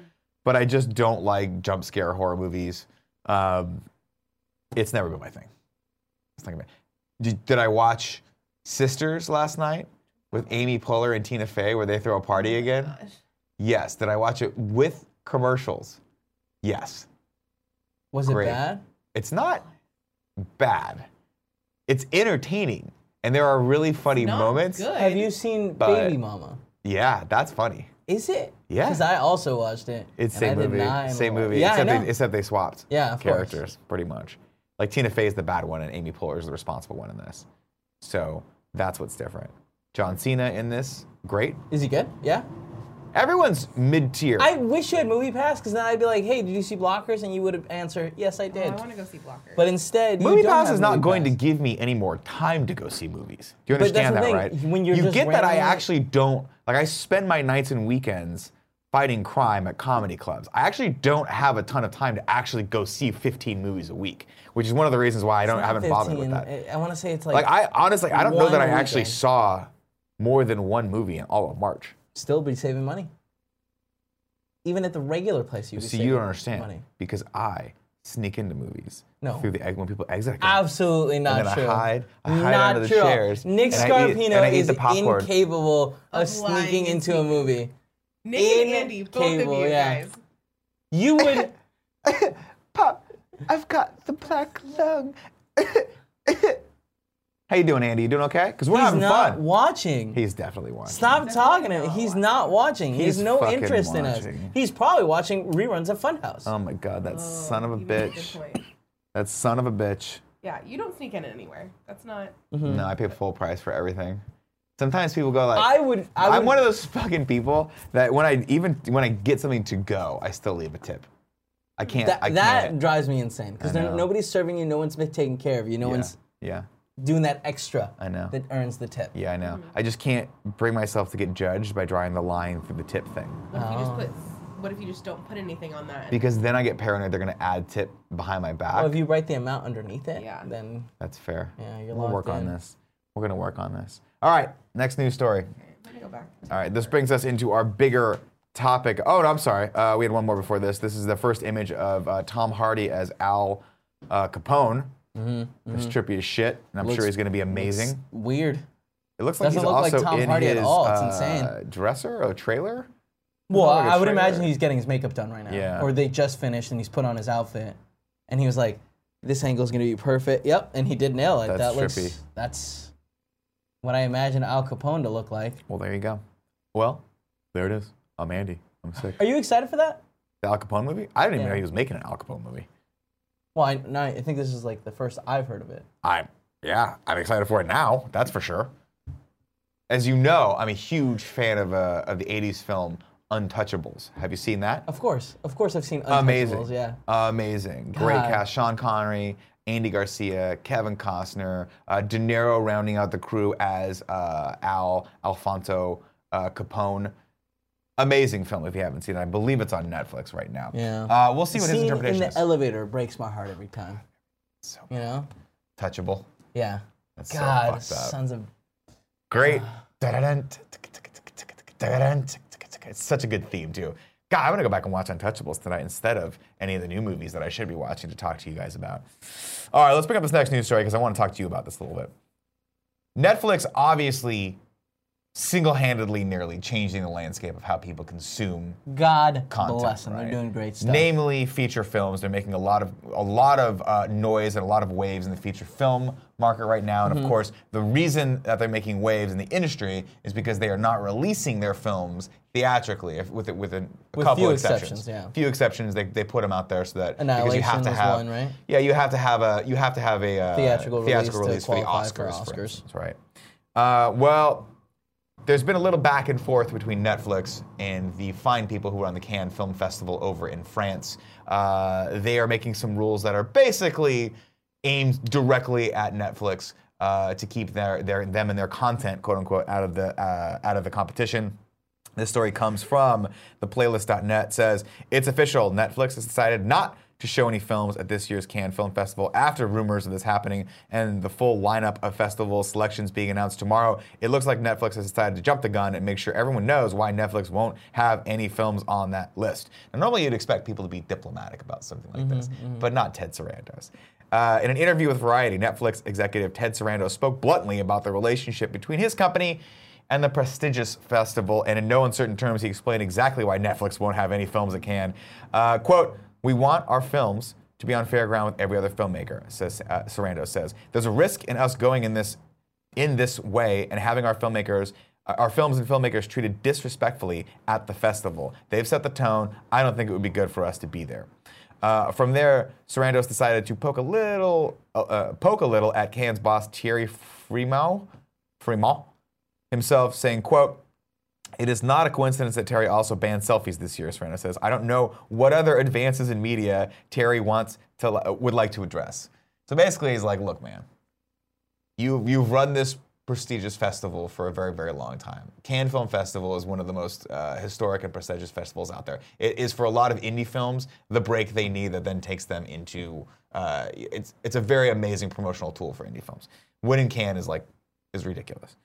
but I just don't like jump scare horror movies. Um, it's never been my thing. It's not gonna be- Did, did I watch Sisters last night with Amy Poehler and Tina Fey where they throw a party again? Yes. Did I watch it with commercials? Yes Was it Great. bad? it's not bad. It's entertaining, and there are really funny Not moments. Good. Have you seen But- Baby Mama? Yeah, that's funny. Is it? Yeah. Because I also watched it. It's and I same did movie, not same like- movie, Yeah, I except, know. they, except they swapped Yeah, of course. characters pretty much. Like Tina Fey is the bad one, and Amy Poehler is the responsible one in this. So that's what's different. John Cena in this, great. Is he good? Yeah. Everyone's mid tier. I wish you had movie pass because then I'd be like, hey, did you see Blockers? And you would answer, yes, I Oh, I did. want to go see Blocker. but instead, you Movie don't Pass have is not Movie going to Pass. give me any more time to go see movies. Do you But that's understand the that, thing, right? when you're you just get that I renting it- actually don't like. I spend my nights and weekends fighting crime at comedy clubs. I actually don't have a ton of time to actually go see 15 movies a week, which is one of the reasons why I don't Not haven't bothered with 15. that. I, I want to say it's like, like I honestly, I don't know one that I a actually weekend. saw more than one movie in all of March. still be saving money. Even at the regular place, you So you don't understand because I sneak into movies No. through the egg when people exit. I go, Absolutely not and then true. I hide, I hide not under the true. chairs. Nick and I eat- and I Scarpino eat is the popcorn. incapable of Of lying sneaking and into a movie. Nick and in Andy, both cable, of you yeah. guys. (laughs) You would. Pop, I've got the black lung. How you doing, Andy? You doing okay? Because we're he's having not fun. watching. He's definitely watching. Stop talking to him. He's not watching. He has He's no fucking interest in us. watching. He's probably watching reruns of Funhouse. Oh my god, that son of a You make good bitch. point. That son of a bitch. Yeah, you don't sneak in anywhere. That's not. Mm-hmm. No, I pay full price for everything. Sometimes people go like, I would. I would I'm one of those fucking people that when I even when I get something to go, I still leave a tip. I can't. I that, that can't. drives me insane because know. nobody's serving you. No one's been taking care of you. No yeah, one's yeah, doing that extra. I know. That earns the tip. yeah, I know. Mm-hmm. I just can't bring myself to get judged by drawing the line for the tip thing. What if you Oh. just put? What if you just don't put anything on that? Because then I get paranoid they're gonna add tip behind my back. Well, if you write the amount underneath it, Yeah. then That's fair. Yeah, you're We'll work locked on in. this. We're gonna work on this. All right, next news story. Let me go back. All right, this brings us into our bigger topic. Oh, no, I'm sorry. Uh, we had one more before this. This is the first image of uh, Tom Hardy as Al uh, Capone. Mm-hmm, it's trippy as shit, and I'm sure he's gonna be amazing. weird. it looks like doesn't he's look like also Tom in Hardy at his all. It's uh, insane. dresser or trailer. Well, like a I would trailer. imagine he's getting his makeup done right now. Yeah. Or they just finished and he's put on his outfit, and he was like, "This angle's gonna be perfect." Yep, and he did nail it. That's that trippy. looks. That's what I imagine Al Capone to look like. Well, there you go. Well, there it is. I'm Andy. I'm sick. Are you excited for that? The Al Capone movie? I didn't even Yeah. know he was making an Al Capone movie. Well, I, no, I think this is like the first I've heard of it. I yeah, I'm excited for it now. That's for sure. As you know, I'm a huge fan of uh, of the '80s film Untouchables. Have you seen that? Of course, of course, I've seen Amazing. Untouchables. Yeah. Amazing. Great God. cast: Sean Connery, Andy Garcia, Kevin Costner, uh, De Niro rounding out the crew as uh, Al Alfonso uh, Capone. Amazing film if you haven't seen it. I believe it's on Netflix right now. Yeah. Uh, we'll see what his Scene in interpretation the is. elevator breaks my heart every time. So You know? touchable. Yeah. That's so God, fucked up. sons of Great. It's such a good theme too. God, I'm gonna go back and watch Untouchables tonight instead of any of the new movies that I should be watching to talk to you guys about. All right, let's bring up this next news story because I want to talk to you about this a little bit. Netflix obviously single-handedly nearly changing the landscape of how people consume God content. bless them. right? They're doing great stuff. Namely, feature films. They're making a lot of a lot of uh, noise and a lot of waves in the feature film market right now. Mm-hmm. And of course, the reason that they're making waves in the industry is because they are not releasing their films theatrically, if, with a- with a, a With couple few exceptions. exceptions, yeah. Few exceptions. They, they put them out there so that because you Annihilation have to was have one, right? yeah you have to have a you have to have a uh, Theatrical release to for the Oscars. qualify for for Oscars. instance, right? Uh, well, there's been a little back and forth between Netflix and the fine people who run the Cannes Film Festival over in France. Uh, they are making some rules that are basically aimed directly at Netflix uh, to keep their, their them and their content, quote unquote, out of the uh, out of the competition. This story comes from the playlist.net says it's official. Netflix has decided not to show any films at this year's Cannes Film Festival after rumors of this happening and the full lineup of festival selections being announced tomorrow. It looks like Netflix has decided to jump the gun and make sure everyone knows why Netflix won't have any films on that list. Now, normally you'd expect people to be diplomatic about something like this, but not Ted Sarandos. Uh, in an interview with Variety, Netflix executive Ted Sarando spoke bluntly about the relationship between his company and the prestigious festival. And in no uncertain terms, he explained exactly why Netflix won't have any films at Cannes. Uh, quote, we want our films to be on fair ground with every other filmmaker, says uh, Sarando says. There's a risk in us going in this in this way and having our filmmakers uh, our films and filmmakers treated disrespectfully at the festival. They've set the tone. I don't think it would be good for us to be there. Uh, from there, Sarandos decided to poke a little, uh, uh, poke a little at Cannes boss Thierry Fremont, Fremont himself, saying, "quote it is not a coincidence that Terry also banned selfies this year, Serena says. I don't know what other advances in media Terry wants to li- would like to address. So basically, he's like, look, man, you you've run this prestigious festival for a very very long time. Cannes Film Festival is one of the most uh, historic and prestigious festivals out there. It is for a lot of indie films the break they need that then takes them into uh, it's it's a very amazing promotional tool for indie films. Winning Cannes is like is ridiculous.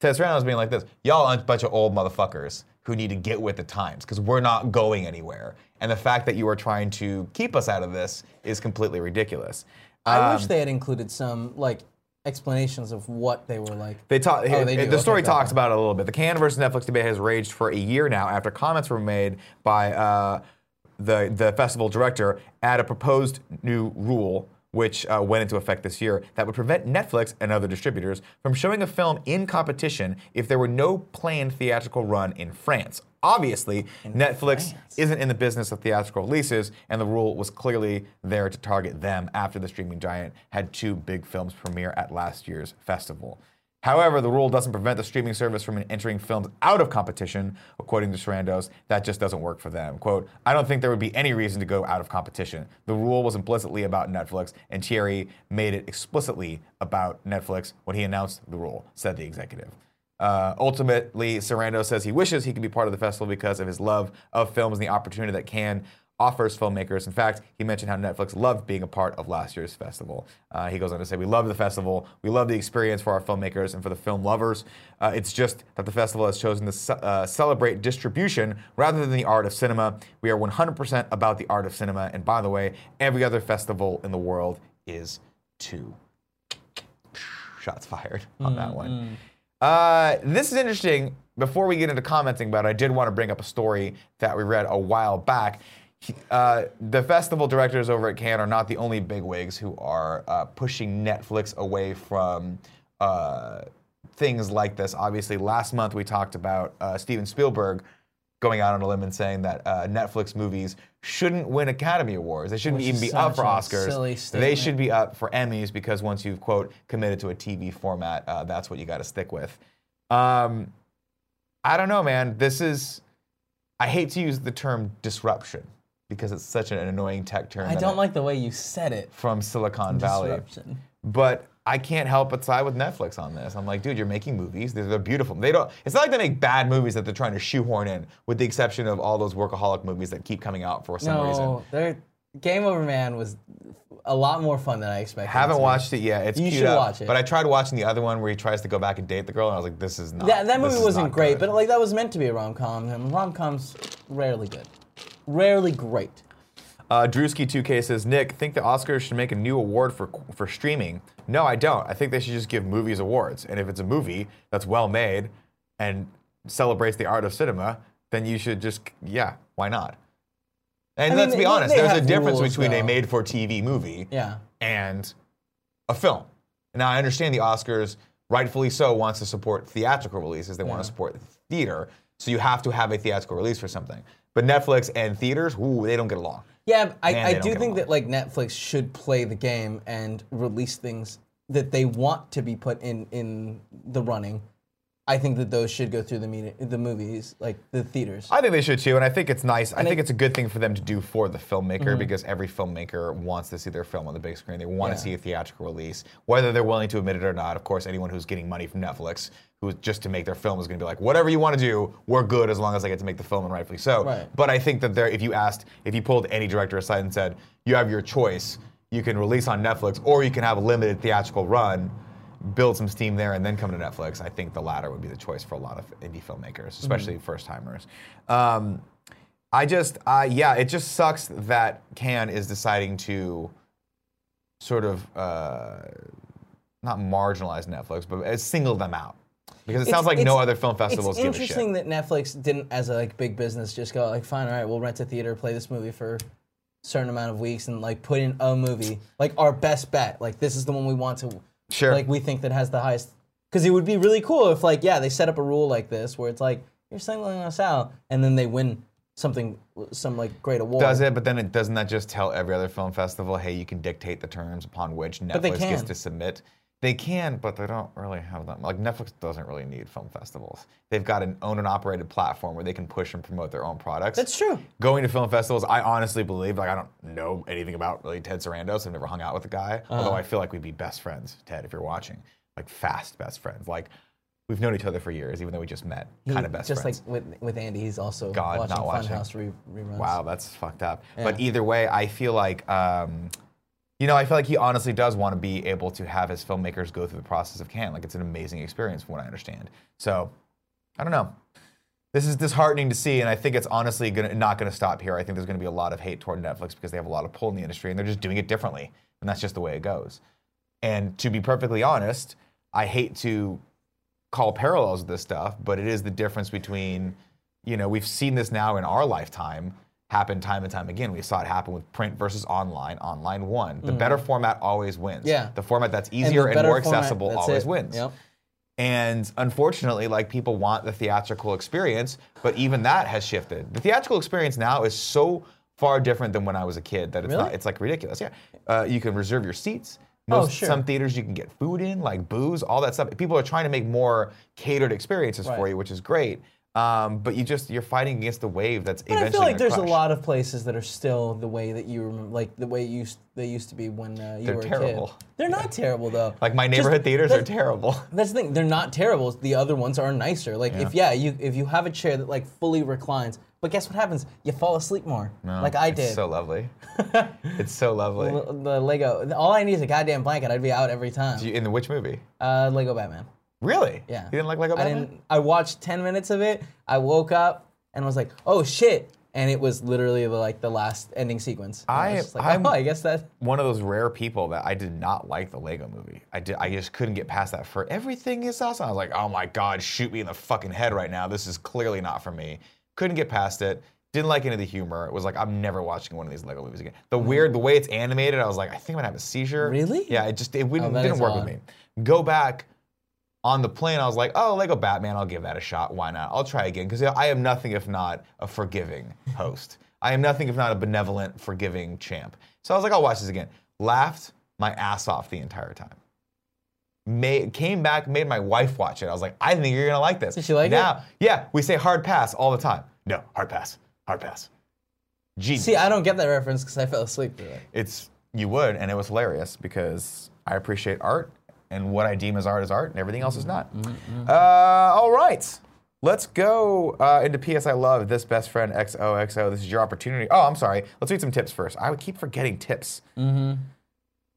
Ted Serrano was being like this: y'all are a bunch of old motherfuckers who need to get with the times because we're not going anywhere. And the fact that you are trying to keep us out of this is completely ridiculous. I um, wish they had included some like explanations of what they were like. They talk. Oh, they do. the story Okay, fair talks about it a little bit. The Can versus Netflix debate has raged for a year now after comments were made by uh, the the festival director at a proposed new rule. Which uh, went into effect this year that would prevent Netflix and other distributors from showing a film in competition if there were no planned theatrical run in France. Obviously, Netflix isn't in the business of theatrical releases, and the rule was clearly there to target them after the streaming giant had two big films premiere at last year's festival. However, the rule doesn't prevent the streaming service from entering films out of competition, according to Sarandos. That just doesn't work for them. Quote, I don't think there would be any reason to go out of competition. The rule was implicitly about Netflix, and Thierry made it explicitly about Netflix when he announced the rule, said the executive. Uh, ultimately, Sarando says he wishes he could be part of the festival because of his love of films and the opportunity that can offers filmmakers. In fact, he mentioned how Netflix loved being a part of last year's festival. Uh, he goes on to say, "We love the festival. We love the experience for our filmmakers and for the film lovers. Uh, it's just that the festival has chosen to ce- uh, celebrate distribution rather than the art of cinema. We are 100% about the art of cinema. And by the way, every other festival in the world is too." shots fired Mm, on that one. Uh, this is interesting. Before we get into commenting about it, I did want to bring up a story that we read a while back. He- uh, the festival directors over at Cannes are not the only bigwigs who are uh, pushing Netflix away from uh, things like this. Obviously, last month we talked about uh, Steven Spielberg going out on a limb and saying that uh, Netflix movies shouldn't win Academy Awards. They shouldn't Which even is be up such for a Oscars. silly They statement. should be up for Emmys because once you've quote committed to a TV format, uh, that's what you got to stick with. Um, I don't know, man. This is I hate to use the term disruption because it's such an annoying tech term. I that don't like the way you said it. from Silicon Valley, Disruption. but. I can't help but side with Netflix on this. I'm like, dude, you're making movies. They're, they're beautiful. They don't. It's not like they make bad movies that they're trying to shoehorn in, with the exception of all those workaholic movies that keep coming out for some reason. No, their Game Over Man was a lot more fun than I expected. it to Haven't be. watched it yet. It's You queued should up, watch it. But I tried watching the other one where he tries to go back and date the girl, and I was like, this is not. That, that this movie is wasn't not great, good. but like that was meant to be a rom com, and rom coms rarely good, rarely great. Uh, Drewski2K says, Nick, think the Oscars should make a new award for for streaming? No, I don't. I think they should just give movies awards, and if it's a movie that's well made, and celebrates the art of cinema, then you should just yeah, why not? And I mean, let's they- be honest, they there's a have difference rules, between a though. made-for-TV movie Yeah. and a film. Now I understand the Oscars, rightfully so, wants to support theatrical releases. They want to support theater, so you have to have a theatrical release for something. But Netflix and theaters, ooh, they don't get along. Yeah, I, Man, I they don't do get think along. that like Netflix should play the game and release things that they want to be put in in the running. I think that those should go through the media, the movies, like the theaters. I think they should too, and I think it's nice. I think it's a good thing for them to do for the filmmaker because every filmmaker wants to see their film on the big screen. They want Yeah. to see a theatrical release, whether they're willing to admit it or not. Of course, anyone who's getting money from Netflix, who is just to make their film, is going to be like, whatever you want to do, we're good as long as I get to make the film, and rightfully so. Right. But I think that there, if you asked, if you pulled any director aside and said, you have your choice, you can release on Netflix or you can have a limited theatrical run. Build some steam there and then come to Netflix. I think the latter would be the choice for a lot of indie filmmakers, especially Mm-hmm. first timers. Um, I just, uh, yeah, it just sucks that Can is deciding to sort of uh, not marginalize Netflix, but uh, single them out because it It's- sounds like no it's- other film festivals It's give a interesting shit. that Netflix didn't, as a like big business, just go like, fine, all right, we'll rent a theater, play this movie for a certain amount of weeks, and like put in a movie, like our best bet, like this is the one we want to, Sure. like we think that has the highest. Because it would be really cool if like yeah they set up a rule like this where it's like you're singling us out, and then they win something, some like great award. Does it? But then it doesn't that just tell every other film festival, hey, you can dictate the terms upon which they Netflix gets can. to submit? They can, but they don't really have that. Like Netflix doesn't really need film festivals. They've got an owned and operated platform where they can push and promote their own products. That's true. Going to film festivals, I honestly believe, like I don't know anything about really Ted Sarandos. I've never hung out with the guy. Uh-huh. Although I feel like we'd be best friends, Ted, if you're watching. Like fast best friends. Like we've known each other for years, even though we just met. Kind of best Just friends. like with with Andy, he's also God, watching not watching. Funhouse re- reruns. Wow, that's fucked up. But either way, I feel like, um, you know, I feel like he honestly does want to be able to have his filmmakers go through the process of Cannes. Like, it's an amazing experience, from what I understand. So, I don't know. This is disheartening to see, and I think it's honestly gonna, not going to stop here. I think there's going to be a lot of hate toward Netflix because they have a lot of pull in the industry, and they're just doing it differently, and that's just the way it goes. And to be perfectly honest, I hate to call parallels of this stuff, but it is the difference between, you know, we've seen this now in our lifetime happen time and time again. We saw it happen with print versus online. Online won. The better format always wins. Mm. Yeah. The format that's the easier and, better more format, accessible that's always it. wins. Yep. And unfortunately, like people want the theatrical experience, but even that has shifted. The theatrical experience now is so far different than when I was a kid that it's Really? Oh, not it's like ridiculous. Yeah. Uh, you can reserve your seats. Most, sure. Some theaters you can get food in, like booze, all that stuff. People are trying to make more catered experiences for Right. you, which is great. Um, but you just you're fighting against the wave that's But eventually. I feel gonna like there's a crush. lot of places that are still the way that you remember, like the way you used, they used to be when uh, you They're were a terrible. kid. They're not terrible though. Like my Just- neighborhood theaters are that's- terrible. (laughs) That's the thing; they're not terrible. The other ones are nicer. Like if yeah, you if you have a chair that like fully reclines, but guess what happens? You fall asleep more. like I Oh, it's did. So (laughs) lovely. it's so lovely. L- the Lego. All I need is a goddamn blanket. I'd be out every time. Do you- in the which movie? uh, Lego Batman. Really? Yeah. You didn't like Lego I Batman? didn't. I watched ten minutes of it. I woke up and was like, "Oh shit!" And it was literally the, like the last ending sequence. And I, I- was just like, I'm- "Oh, I guess that." (laughs) one of those rare people that I did not like the Lego movie. I did, I just couldn't get past that for everything is awesome. I was like, oh my god, shoot me in the fucking head right now. This is clearly not for me. Couldn't get past it. Didn't like any of the humor. It was like I'm never watching one of these Lego movies again. The weird, the way it's animated, I was like, I think I'm gonna have a seizure. Really? Yeah, it just it wouldn't, that didn't is work odd. with me. Go back on the plane. I was like, oh, Lego Batman. I'll give that a shot. Why not? I'll try again because I am nothing if not a (laughs) forgiving host. I am nothing if not a benevolent, forgiving champ. So I was like, I'll watch this again. Laughed my ass off the entire time. Made, came back, made my wife watch it. I was like, I think you're gonna like this. Did she like it? now, Yeah, we say hard pass all the time. No, hard pass, hard pass. Genius. See, I don't get that reference because I fell asleep through it. It's you would, and it was hilarious because I appreciate art, and what I deem as art is art, and everything else is not. Mm-hmm, Uh, all right, let's go uh, into PS. I love this best friend XOXO. This is your opportunity. Oh, I'm sorry. Let's read some tips first. I would keep forgetting tips. Mm-hmm.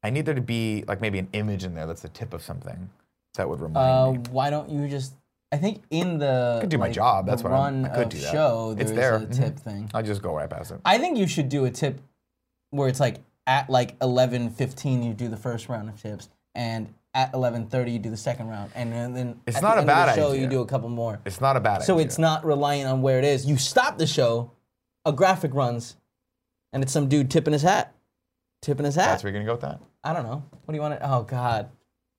I need there to be like maybe an image in there that's the tip of something that would remind Uh, me. why don't you just? I think in the could do my like, job, that's the what I'm- run I could of do that. show. It's there's there. Mm-hmm. a tip thing. I'll just go right past it. I think you should do a tip where it's like at like eleven fifteen you do the first round of tips, and at 11:30 you do the second round, and then, then It's at not the a end of the bad show idea. you do a couple more. It's not a bad so idea. it's not reliant on where it is. You stop the show, a graphic runs, and it's some dude tipping his hat, tipping his hat. That's where you're gonna go with that. I don't know. What do you want to? Oh God,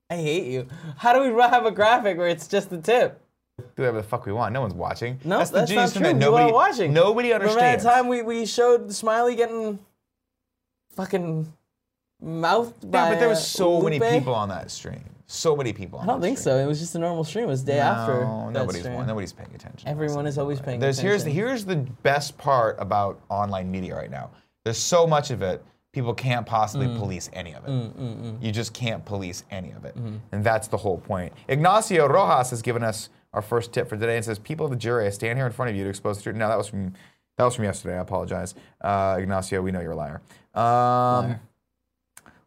I hate you. How do we ru- have a graphic where it's just the tip? Do whatever the fuck we want. No one's watching. No, that's, the not genius thing true. that Nobody, nobody you are watching. Nobody understands. Remember that time we, we showed Smiley getting fucking mouthed by yeah, but there uh, was so Lupe? many people on that stream. So many people. On I don't think so. It was just a normal stream. It was the day after. No, that nobody's stream. wa- nobody's paying attention. Everyone is always paying There's here's the, attention. here's the best part about online media right now. There's so much of it. People can't possibly Mm. police any of it. You just can't police any of it, Mm-hmm. and that's the whole point. Ignacio Rojas has given us our first tip for today and says, "People of the jury, I stand here in front of you to expose the truth." No, that was from that was from yesterday. I apologize, uh, Ignacio. We know you're a liar. Um,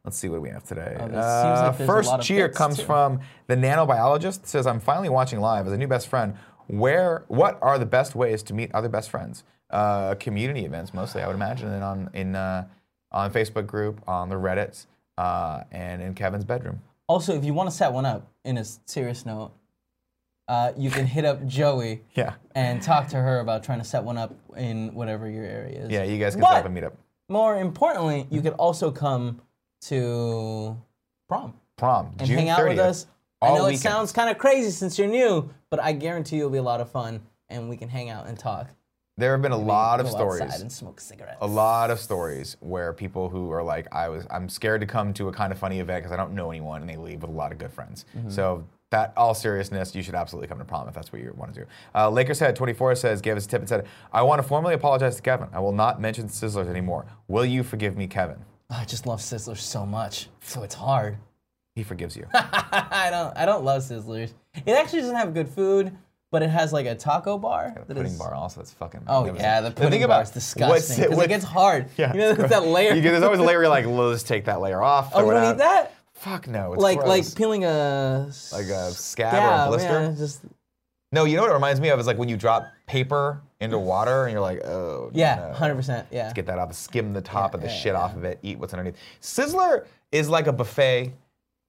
Let's see what do we have today. Oh, this seems like Uh, there's a first lot of cheer bits, comes too. from the nanobiologist. Says, "I'm finally watching live as a new best friend. Where? What are the best ways to meet other best friends? Uh, community events, mostly, I would imagine, and on in uh, on Facebook group, on the Reddits, uh, and in Kevin's bedroom. Also, if you want to set one up in a s- serious note, uh, you can hit up Joey (laughs) Yeah, and talk to her about trying to set one up in whatever your area is. yeah. You guys can set up But a meetup. more importantly, you could also come to prom Prom and June hang out 30th. with us. I all know it weekend. sounds kind of crazy since you're new, but I guarantee you'll be a lot of fun, and we can hang out and talk. There have been a lot of Go stories. outside and smoke cigarettes. a lot of stories where people who are like, I was, I'm scared to come to a kind of funny event because I don't know anyone, and they leave with a lot of good friends. Mm-hmm. So that, all seriousness, you should absolutely come to prom if that's what you want to do. Uh, Lakers head 24 says gave us a tip and said, I want to formally apologize to Kevin. I will not mention Sizzlers anymore. Will you forgive me, Kevin? I just love Sizzlers so much, so it's hard. He forgives (laughs) you. I don't. I don't love Sizzlers. It actually doesn't have good food, but it has like a taco bar. that pudding is- bar also. That's fucking. Oh magnificent. yeah, the But pudding think bar about is (laughs) disgusting. what's- Because what- it gets hard. (laughs) Yeah, (laughs) you know it's that gross. (laughs) layer. You get- there's always a layer you're like, let's just take that layer off. oh, throw we it don't out." eat that. Fuck no. It's Like gross. like peeling a s- Like a scab or a blister? Yeah, just No, you know what it reminds me of is like when you drop paper into water and you're like, oh, yeah, no. hundred percent. Yeah. Get that off, skim the top of the yeah, shit off of it, eat what's underneath. Sizzler is like a buffet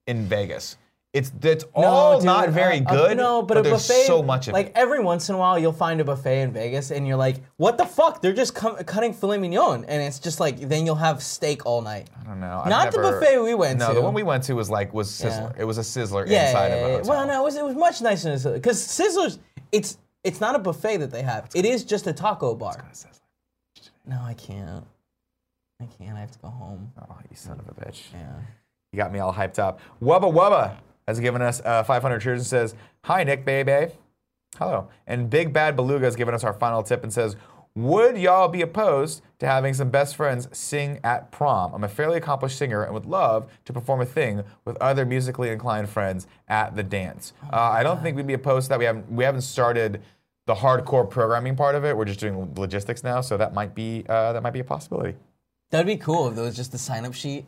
in Vegas. It's that's No, all dude, Oh, not very uh, uh, good. no, but, a there's buffet. so much of like it. every once in a while, you'll find a buffet in Vegas, and you're like, "What the fuck? They're just cum- cutting filet mignon," and it's just like then you'll have steak all night. I don't know. I've not the never- buffet we went no, to. the one we went to was like was Sizzler. Yeah. It was a Sizzler yeah, inside yeah, of a yeah. hotel. Well, no, it was, it was much nicer than Sizzler because Sizzlers, it's it's not a buffet that they have. It is just a taco bar. Sizzler. No, I can't. I can't. I have to go home. Oh, you son of a bitch. Yeah. You got me all hyped up. Wubba Wubba has given us uh, 500 cheers and says, Hi, Nick Baby. Hello. And Big Bad Beluga has given us our final tip and says, Would y'all be opposed to having some best friends sing at prom? I'm a fairly accomplished singer and would love to perform a thing with other musically inclined friends at the dance. Uh, I don't think we'd be opposed to that. We haven't, we haven't started the hardcore programming part of it. We're just doing logistics now, so that might be, uh, that might be a possibility. That'd be cool if there was just the sign up sheet.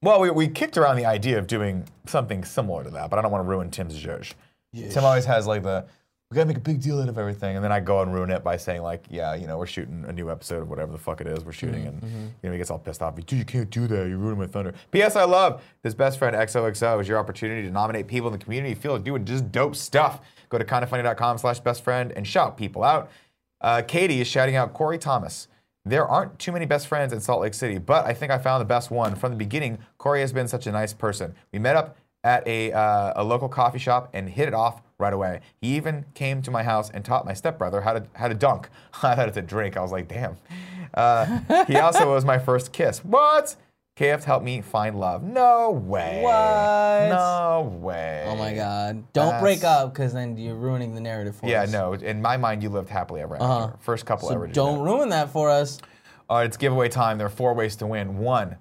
Well, we, we kicked around the idea of doing something similar to that, but I don't want to ruin Tim's zhuzh. Tim always has like the we gotta make a big deal out of everything, and then I go and ruin it by saying like, yeah, you know, we're shooting a new episode of whatever the fuck it is we're shooting, and you know he gets all pissed off. Dude, you can't do that. You're ruining my thunder. P.S. I love this best friend XOXO is your opportunity to nominate people in the community you feel are doing just dope stuff. Go to kindoffunny.com slash best friend and shout people out. Uh, Katie is shouting out Corey Thomas. There aren't too many best friends in Salt Lake City, but I think I found the best one. From the beginning, Corey has been such a nice person. We met up at a, uh, a local coffee shop and hit it off right away. He even came to my house and taught my stepbrother how to, how to dunk. (laughs) I thought it's a drink. I was like, damn. Uh, he also was my first kiss. What? KF helped me find love. No way. What? No way. Oh my God. Don't break That's- up because then you're ruining the narrative for Yeah, us. no. In my mind, you lived happily ever after. First couple ever. Uh-huh. So to do don't that. ruin that for us. All right, it's giveaway time. There are four ways to win. One,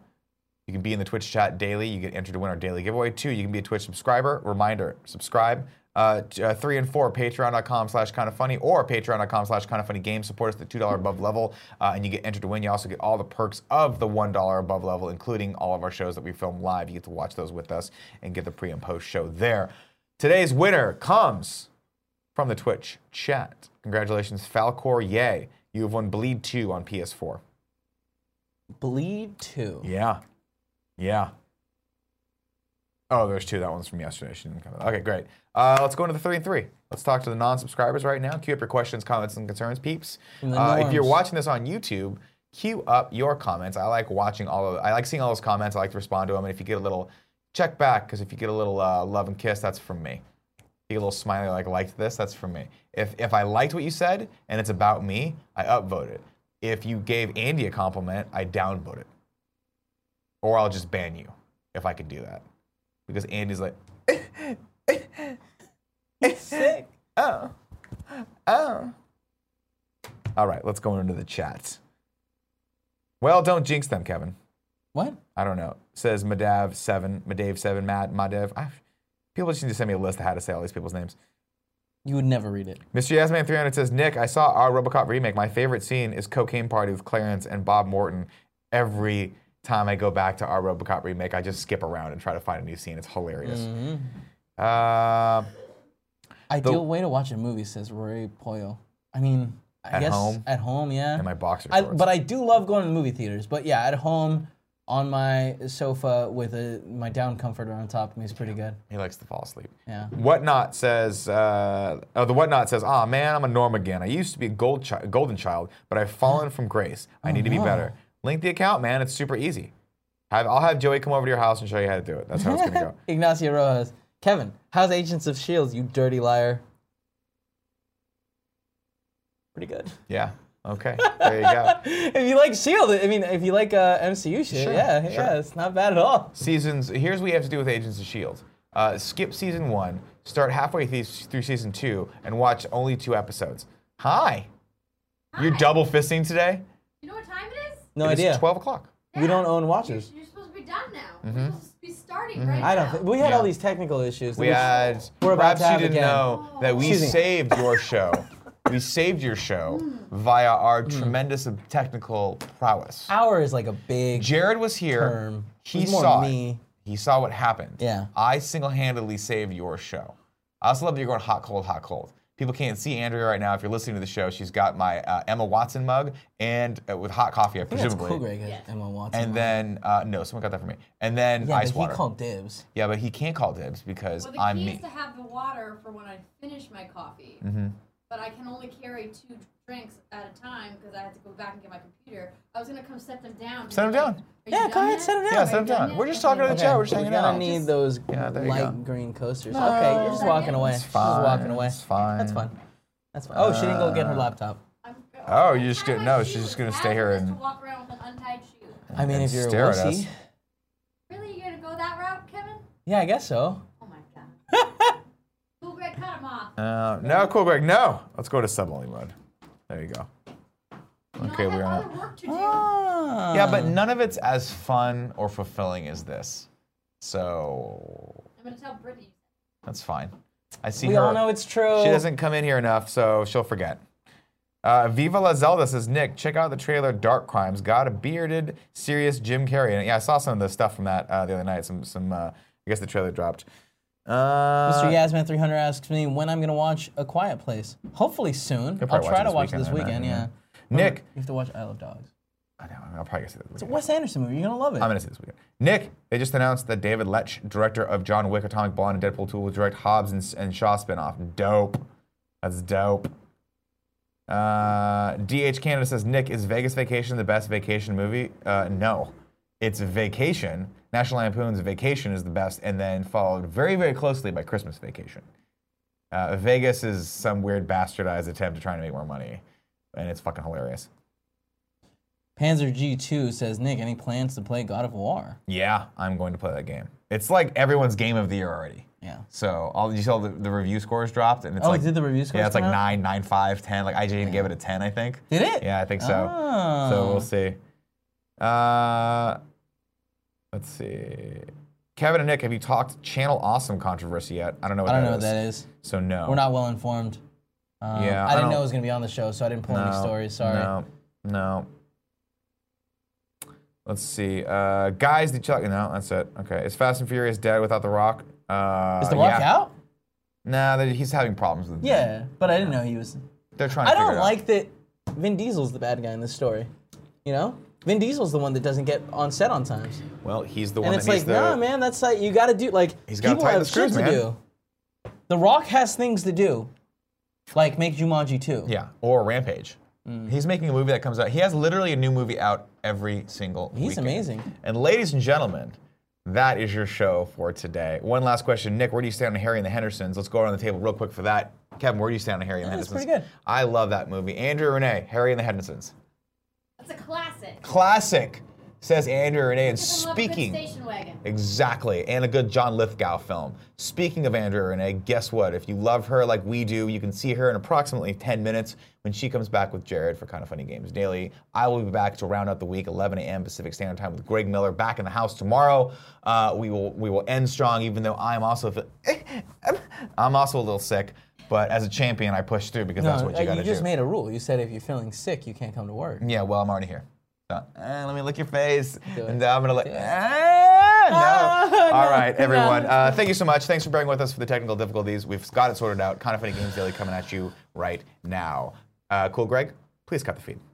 you can be in the Twitch chat daily. You get entered to win our daily giveaway. Two, you can be a Twitch subscriber. Reminder, subscribe. Uh, t- uh, three and four, patreon.com slash kind of funny or patreon.com slash kind of funny game. Support us at the $2 above level uh, and you get entered to win. You also get all the perks of the $1 above level, including all of our shows that we film live. You get to watch those with us and get the pre and post show there. Today's winner comes from the Twitch chat. Congratulations, Falcor. Yay. You have won Bleed 2 on PS4. Bleed too. Yeah. Yeah. Oh, there's two. That one's from yesterday. She didn't come. Okay, great. Uh, let's go into the three and three. Let's talk to the non-subscribers right now. Queue up your questions, comments, and concerns, peeps. the Uh, if you're norms. watching this on YouTube, queue up your comments. I like watching all of. I like seeing all those comments. I like to respond to them. And if you get a little check back, because if you get a little uh, love and kiss, that's from me. If you get a little smiley like liked this, that's from me. If if I liked what you said and it's about me, I upvote it. If you gave Andy a compliment, I downvote it. Or I'll just ban you if I can do that because Andy's like, Sick. oh, oh. All right, let's go into the chat. Well, don't jinx them, Kevin. What? I don't know. Says Madav seven, Madave seven, Matt, Madev. I, people just need to send me a list of how to say all these people's names. You would never read it. Mr. Yasman 300 says, Nick, I saw our Robocop remake. My favorite scene is Cocaine Party with Clarence and Bob Morton. Every time I go back to our Robocop remake, I just skip around and try to find a new scene. It's hilarious. Mm-hmm. Uh, Ideal way to watch a movie says Rory Poyle. I mean, I At guess home? at home, yeah. and my boxer I, shorts. but I do love going to the movie theaters. But yeah, at home on my sofa with a, my down comforter on top of me is pretty good. He likes to fall asleep. Yeah. Whatnot says, uh, oh, the Whatnot says, ah, man, I'm a norm again. I used to be a gold chi- golden child, but I've fallen from grace. I need to be no. better. Link the account, man. It's super easy. Have, I'll have Joey come over to your house and show you how to do it. That's how it's going to (laughs) go. Ignacio Rojas. Kevin, how's Agents of Shields? You dirty liar. Pretty good. Yeah. Okay. There you go. (laughs) if you like Shield, I mean, if you like uh, MCU shit, Sure, yeah, sure. yeah, it's not bad at all. seasons. Here's what you have to do with Agents of Shield. Uh, skip season one, start halfway through, through season two, and watch only two episodes. Hi. You're double fisting today. You know what time it is? No It is idea. Twelve o'clock. We don't own You're, watches. you're supposed to be done now. Mm-hmm. We're supposed to be starting right I don't. now. Think, we had all Yeah. these technical issues. We which- had. We're about perhaps to have you didn't again. know that we Excuse me. saved your (laughs) show. we saved your show via our Hmm. tremendous technical prowess. Hour is like a big. Jared was here. Term. He It was more saw me. it. He saw what happened. Yeah. I single-handedly saved your show. I also love that you're going hot, cold, hot, cold. People can't see Andrea right now. If you're listening to the show, she's got my uh, Emma Watson mug and uh, with hot coffee, I I think that's presumably. cool, Greg. Emma Watson. and then uh, no, someone got that for me. And then yeah, ice but water. he called dibs. yeah, but he can't call dibs because Well, the I'm key me. Mm-hmm. is to have the water for when I finish my coffee. But I can only carry two drinks at a time because I have to go back and get my computer. I was gonna come set them down. Set 'em down. Yeah, go ahead, set 'em down. Yeah, Are set him down. We're just talking to the Okay, chat. We're just hanging We're out. gonna need those Yeah, there you light go. green coasters. okay, you're just walking away. It's She's just walking fine, away. it's fine. That's fine. That's fine. Oh, she didn't go get her laptop. Oh, you're just gonna- no, she's just gonna stay here and- To walk around with an untied shoe. I mean, And if you're a stare at us. wussy. Really, you're gonna go that route, Kevin? Yeah, I guess so. Oh my god. (laughs) Cool, Greg, cut him off. Uh, no, cool, Greg. No, let's go to sub only mode. There you go. You know, Okay, I have we're other not. work to do. Ah. Yeah, Uh. but none of it's as fun or fulfilling as this. So I'm gonna tell Brittany. that's fine. I see we her. all know it's true. She doesn't come in here enough, so she'll forget. Uh, Viva La Zelda says, Nick, check out the trailer Dark Crimes. Got a bearded, serious Jim Carrey. in it." yeah, I saw some of the stuff from that uh, the other night. Some, some. Uh, I guess the trailer dropped. Uh, Mr. Yasmin 300 asks me when I'm gonna watch A Quiet Place. Hopefully soon. You'll I'll probably try to watch watch it this this weekend, weekend. I Yeah. imagine, Nick, You have to watch I Love Dogs. I know, I'll probably see that. It's a Wes Anderson movie. You're gonna love it. I'm gonna see this weekend. Nick, they just announced that David Leitch, director of John Wick, Atomic Blonde, and Deadpool 2, will direct Hobbs and, and Shaw spinoff. Dope. That's dope. Uh, DH Canada says, Nick, is Vegas Vacation the best vacation movie? Uh, no. It's Vacation. National Lampoon's Vacation is the best, and then followed very, very closely by Christmas Vacation. Uh, Vegas is some weird bastardized attempt to try to make more money, and it's fucking hilarious. Panzer G2 says, Nick, any plans to play God of War? Yeah, I'm going to play that game. It's like everyone's game of the year already. Yeah. So all you saw the, the review scores dropped, and it's Oh, like did the review scores yeah, it's like come out? nine, nine, five, ten. Like IGN gave it a ten, I think. Did it? Yeah, I think so. So Oh. we'll see. Uh, let's see. Kevin and Nick, have you talked Channel Awesome controversy yet? I don't know what I don't know that what is. that is. So no, We're not well informed. Um, Yeah, I I didn't don't- know it was gonna be on the show, so I didn't pull any No, stories. Sorry. No, no. Let's see. Uh, guys, the Chuck. No, that's it. Okay. Is Fast and Furious dead without The Rock? Uh, Is the walk yeah. out? Nah, they- he's having problems with. Yeah, but I didn't know he was. They're trying. To I figure don't it out. like that. Vin Diesel's the bad guy in this story. You know, Vin Diesel's the one that doesn't get on set on times. Well, he's the one And it's that like, needs the. nah, man, that's like you got to do like He's gotta people tighten have the screws, shit man. to do. The Rock has things to do, like make Jumanji two. Yeah, or Rampage. Mm. He's making a movie that comes out. He has literally a new movie out every single He's weekend. amazing. And ladies and gentlemen, that is your show for today. One last question. Nick, where do you stand on Harry and the Hendersons? Let's go around the table real quick for that. Kevin, where do you stand on Harry and the That's Hendersons? pretty good. I love that movie. Andrew Renee, Harry and the Hendersons. That's a classic. Classic, says Andrew Renee. And People love a good speaking. station wagon. Exactly, and a good John Lithgow film. Speaking of Andrea Renee, guess what? If you love her like we do, you can see her in approximately 10 minutes when she comes back with Jared for Kind of Funny Games Daily. I will be back to round out the week, 11 a.m. Pacific Standard Time with Greg Miller back in the house tomorrow. Uh, we will we will end strong, even though I'm also fe- (laughs) I'm also a little sick, but as a champion, I push through because that's No, what you uh, got to do. just made a rule. You said if you're feeling sick, you can't come to work. Yeah, well, I'm already here. So, eh, let me lick your face. it. And then I'm going to like, Do it. ah, (laughs) no. Ah, All no, right, no. everyone. Uh, thank you so much. Thanks for bearing with us for the technical difficulties. We've got it sorted out. Kind of Funny Games Daily coming at you right now. Uh, cool, Greg? Please cut the feed.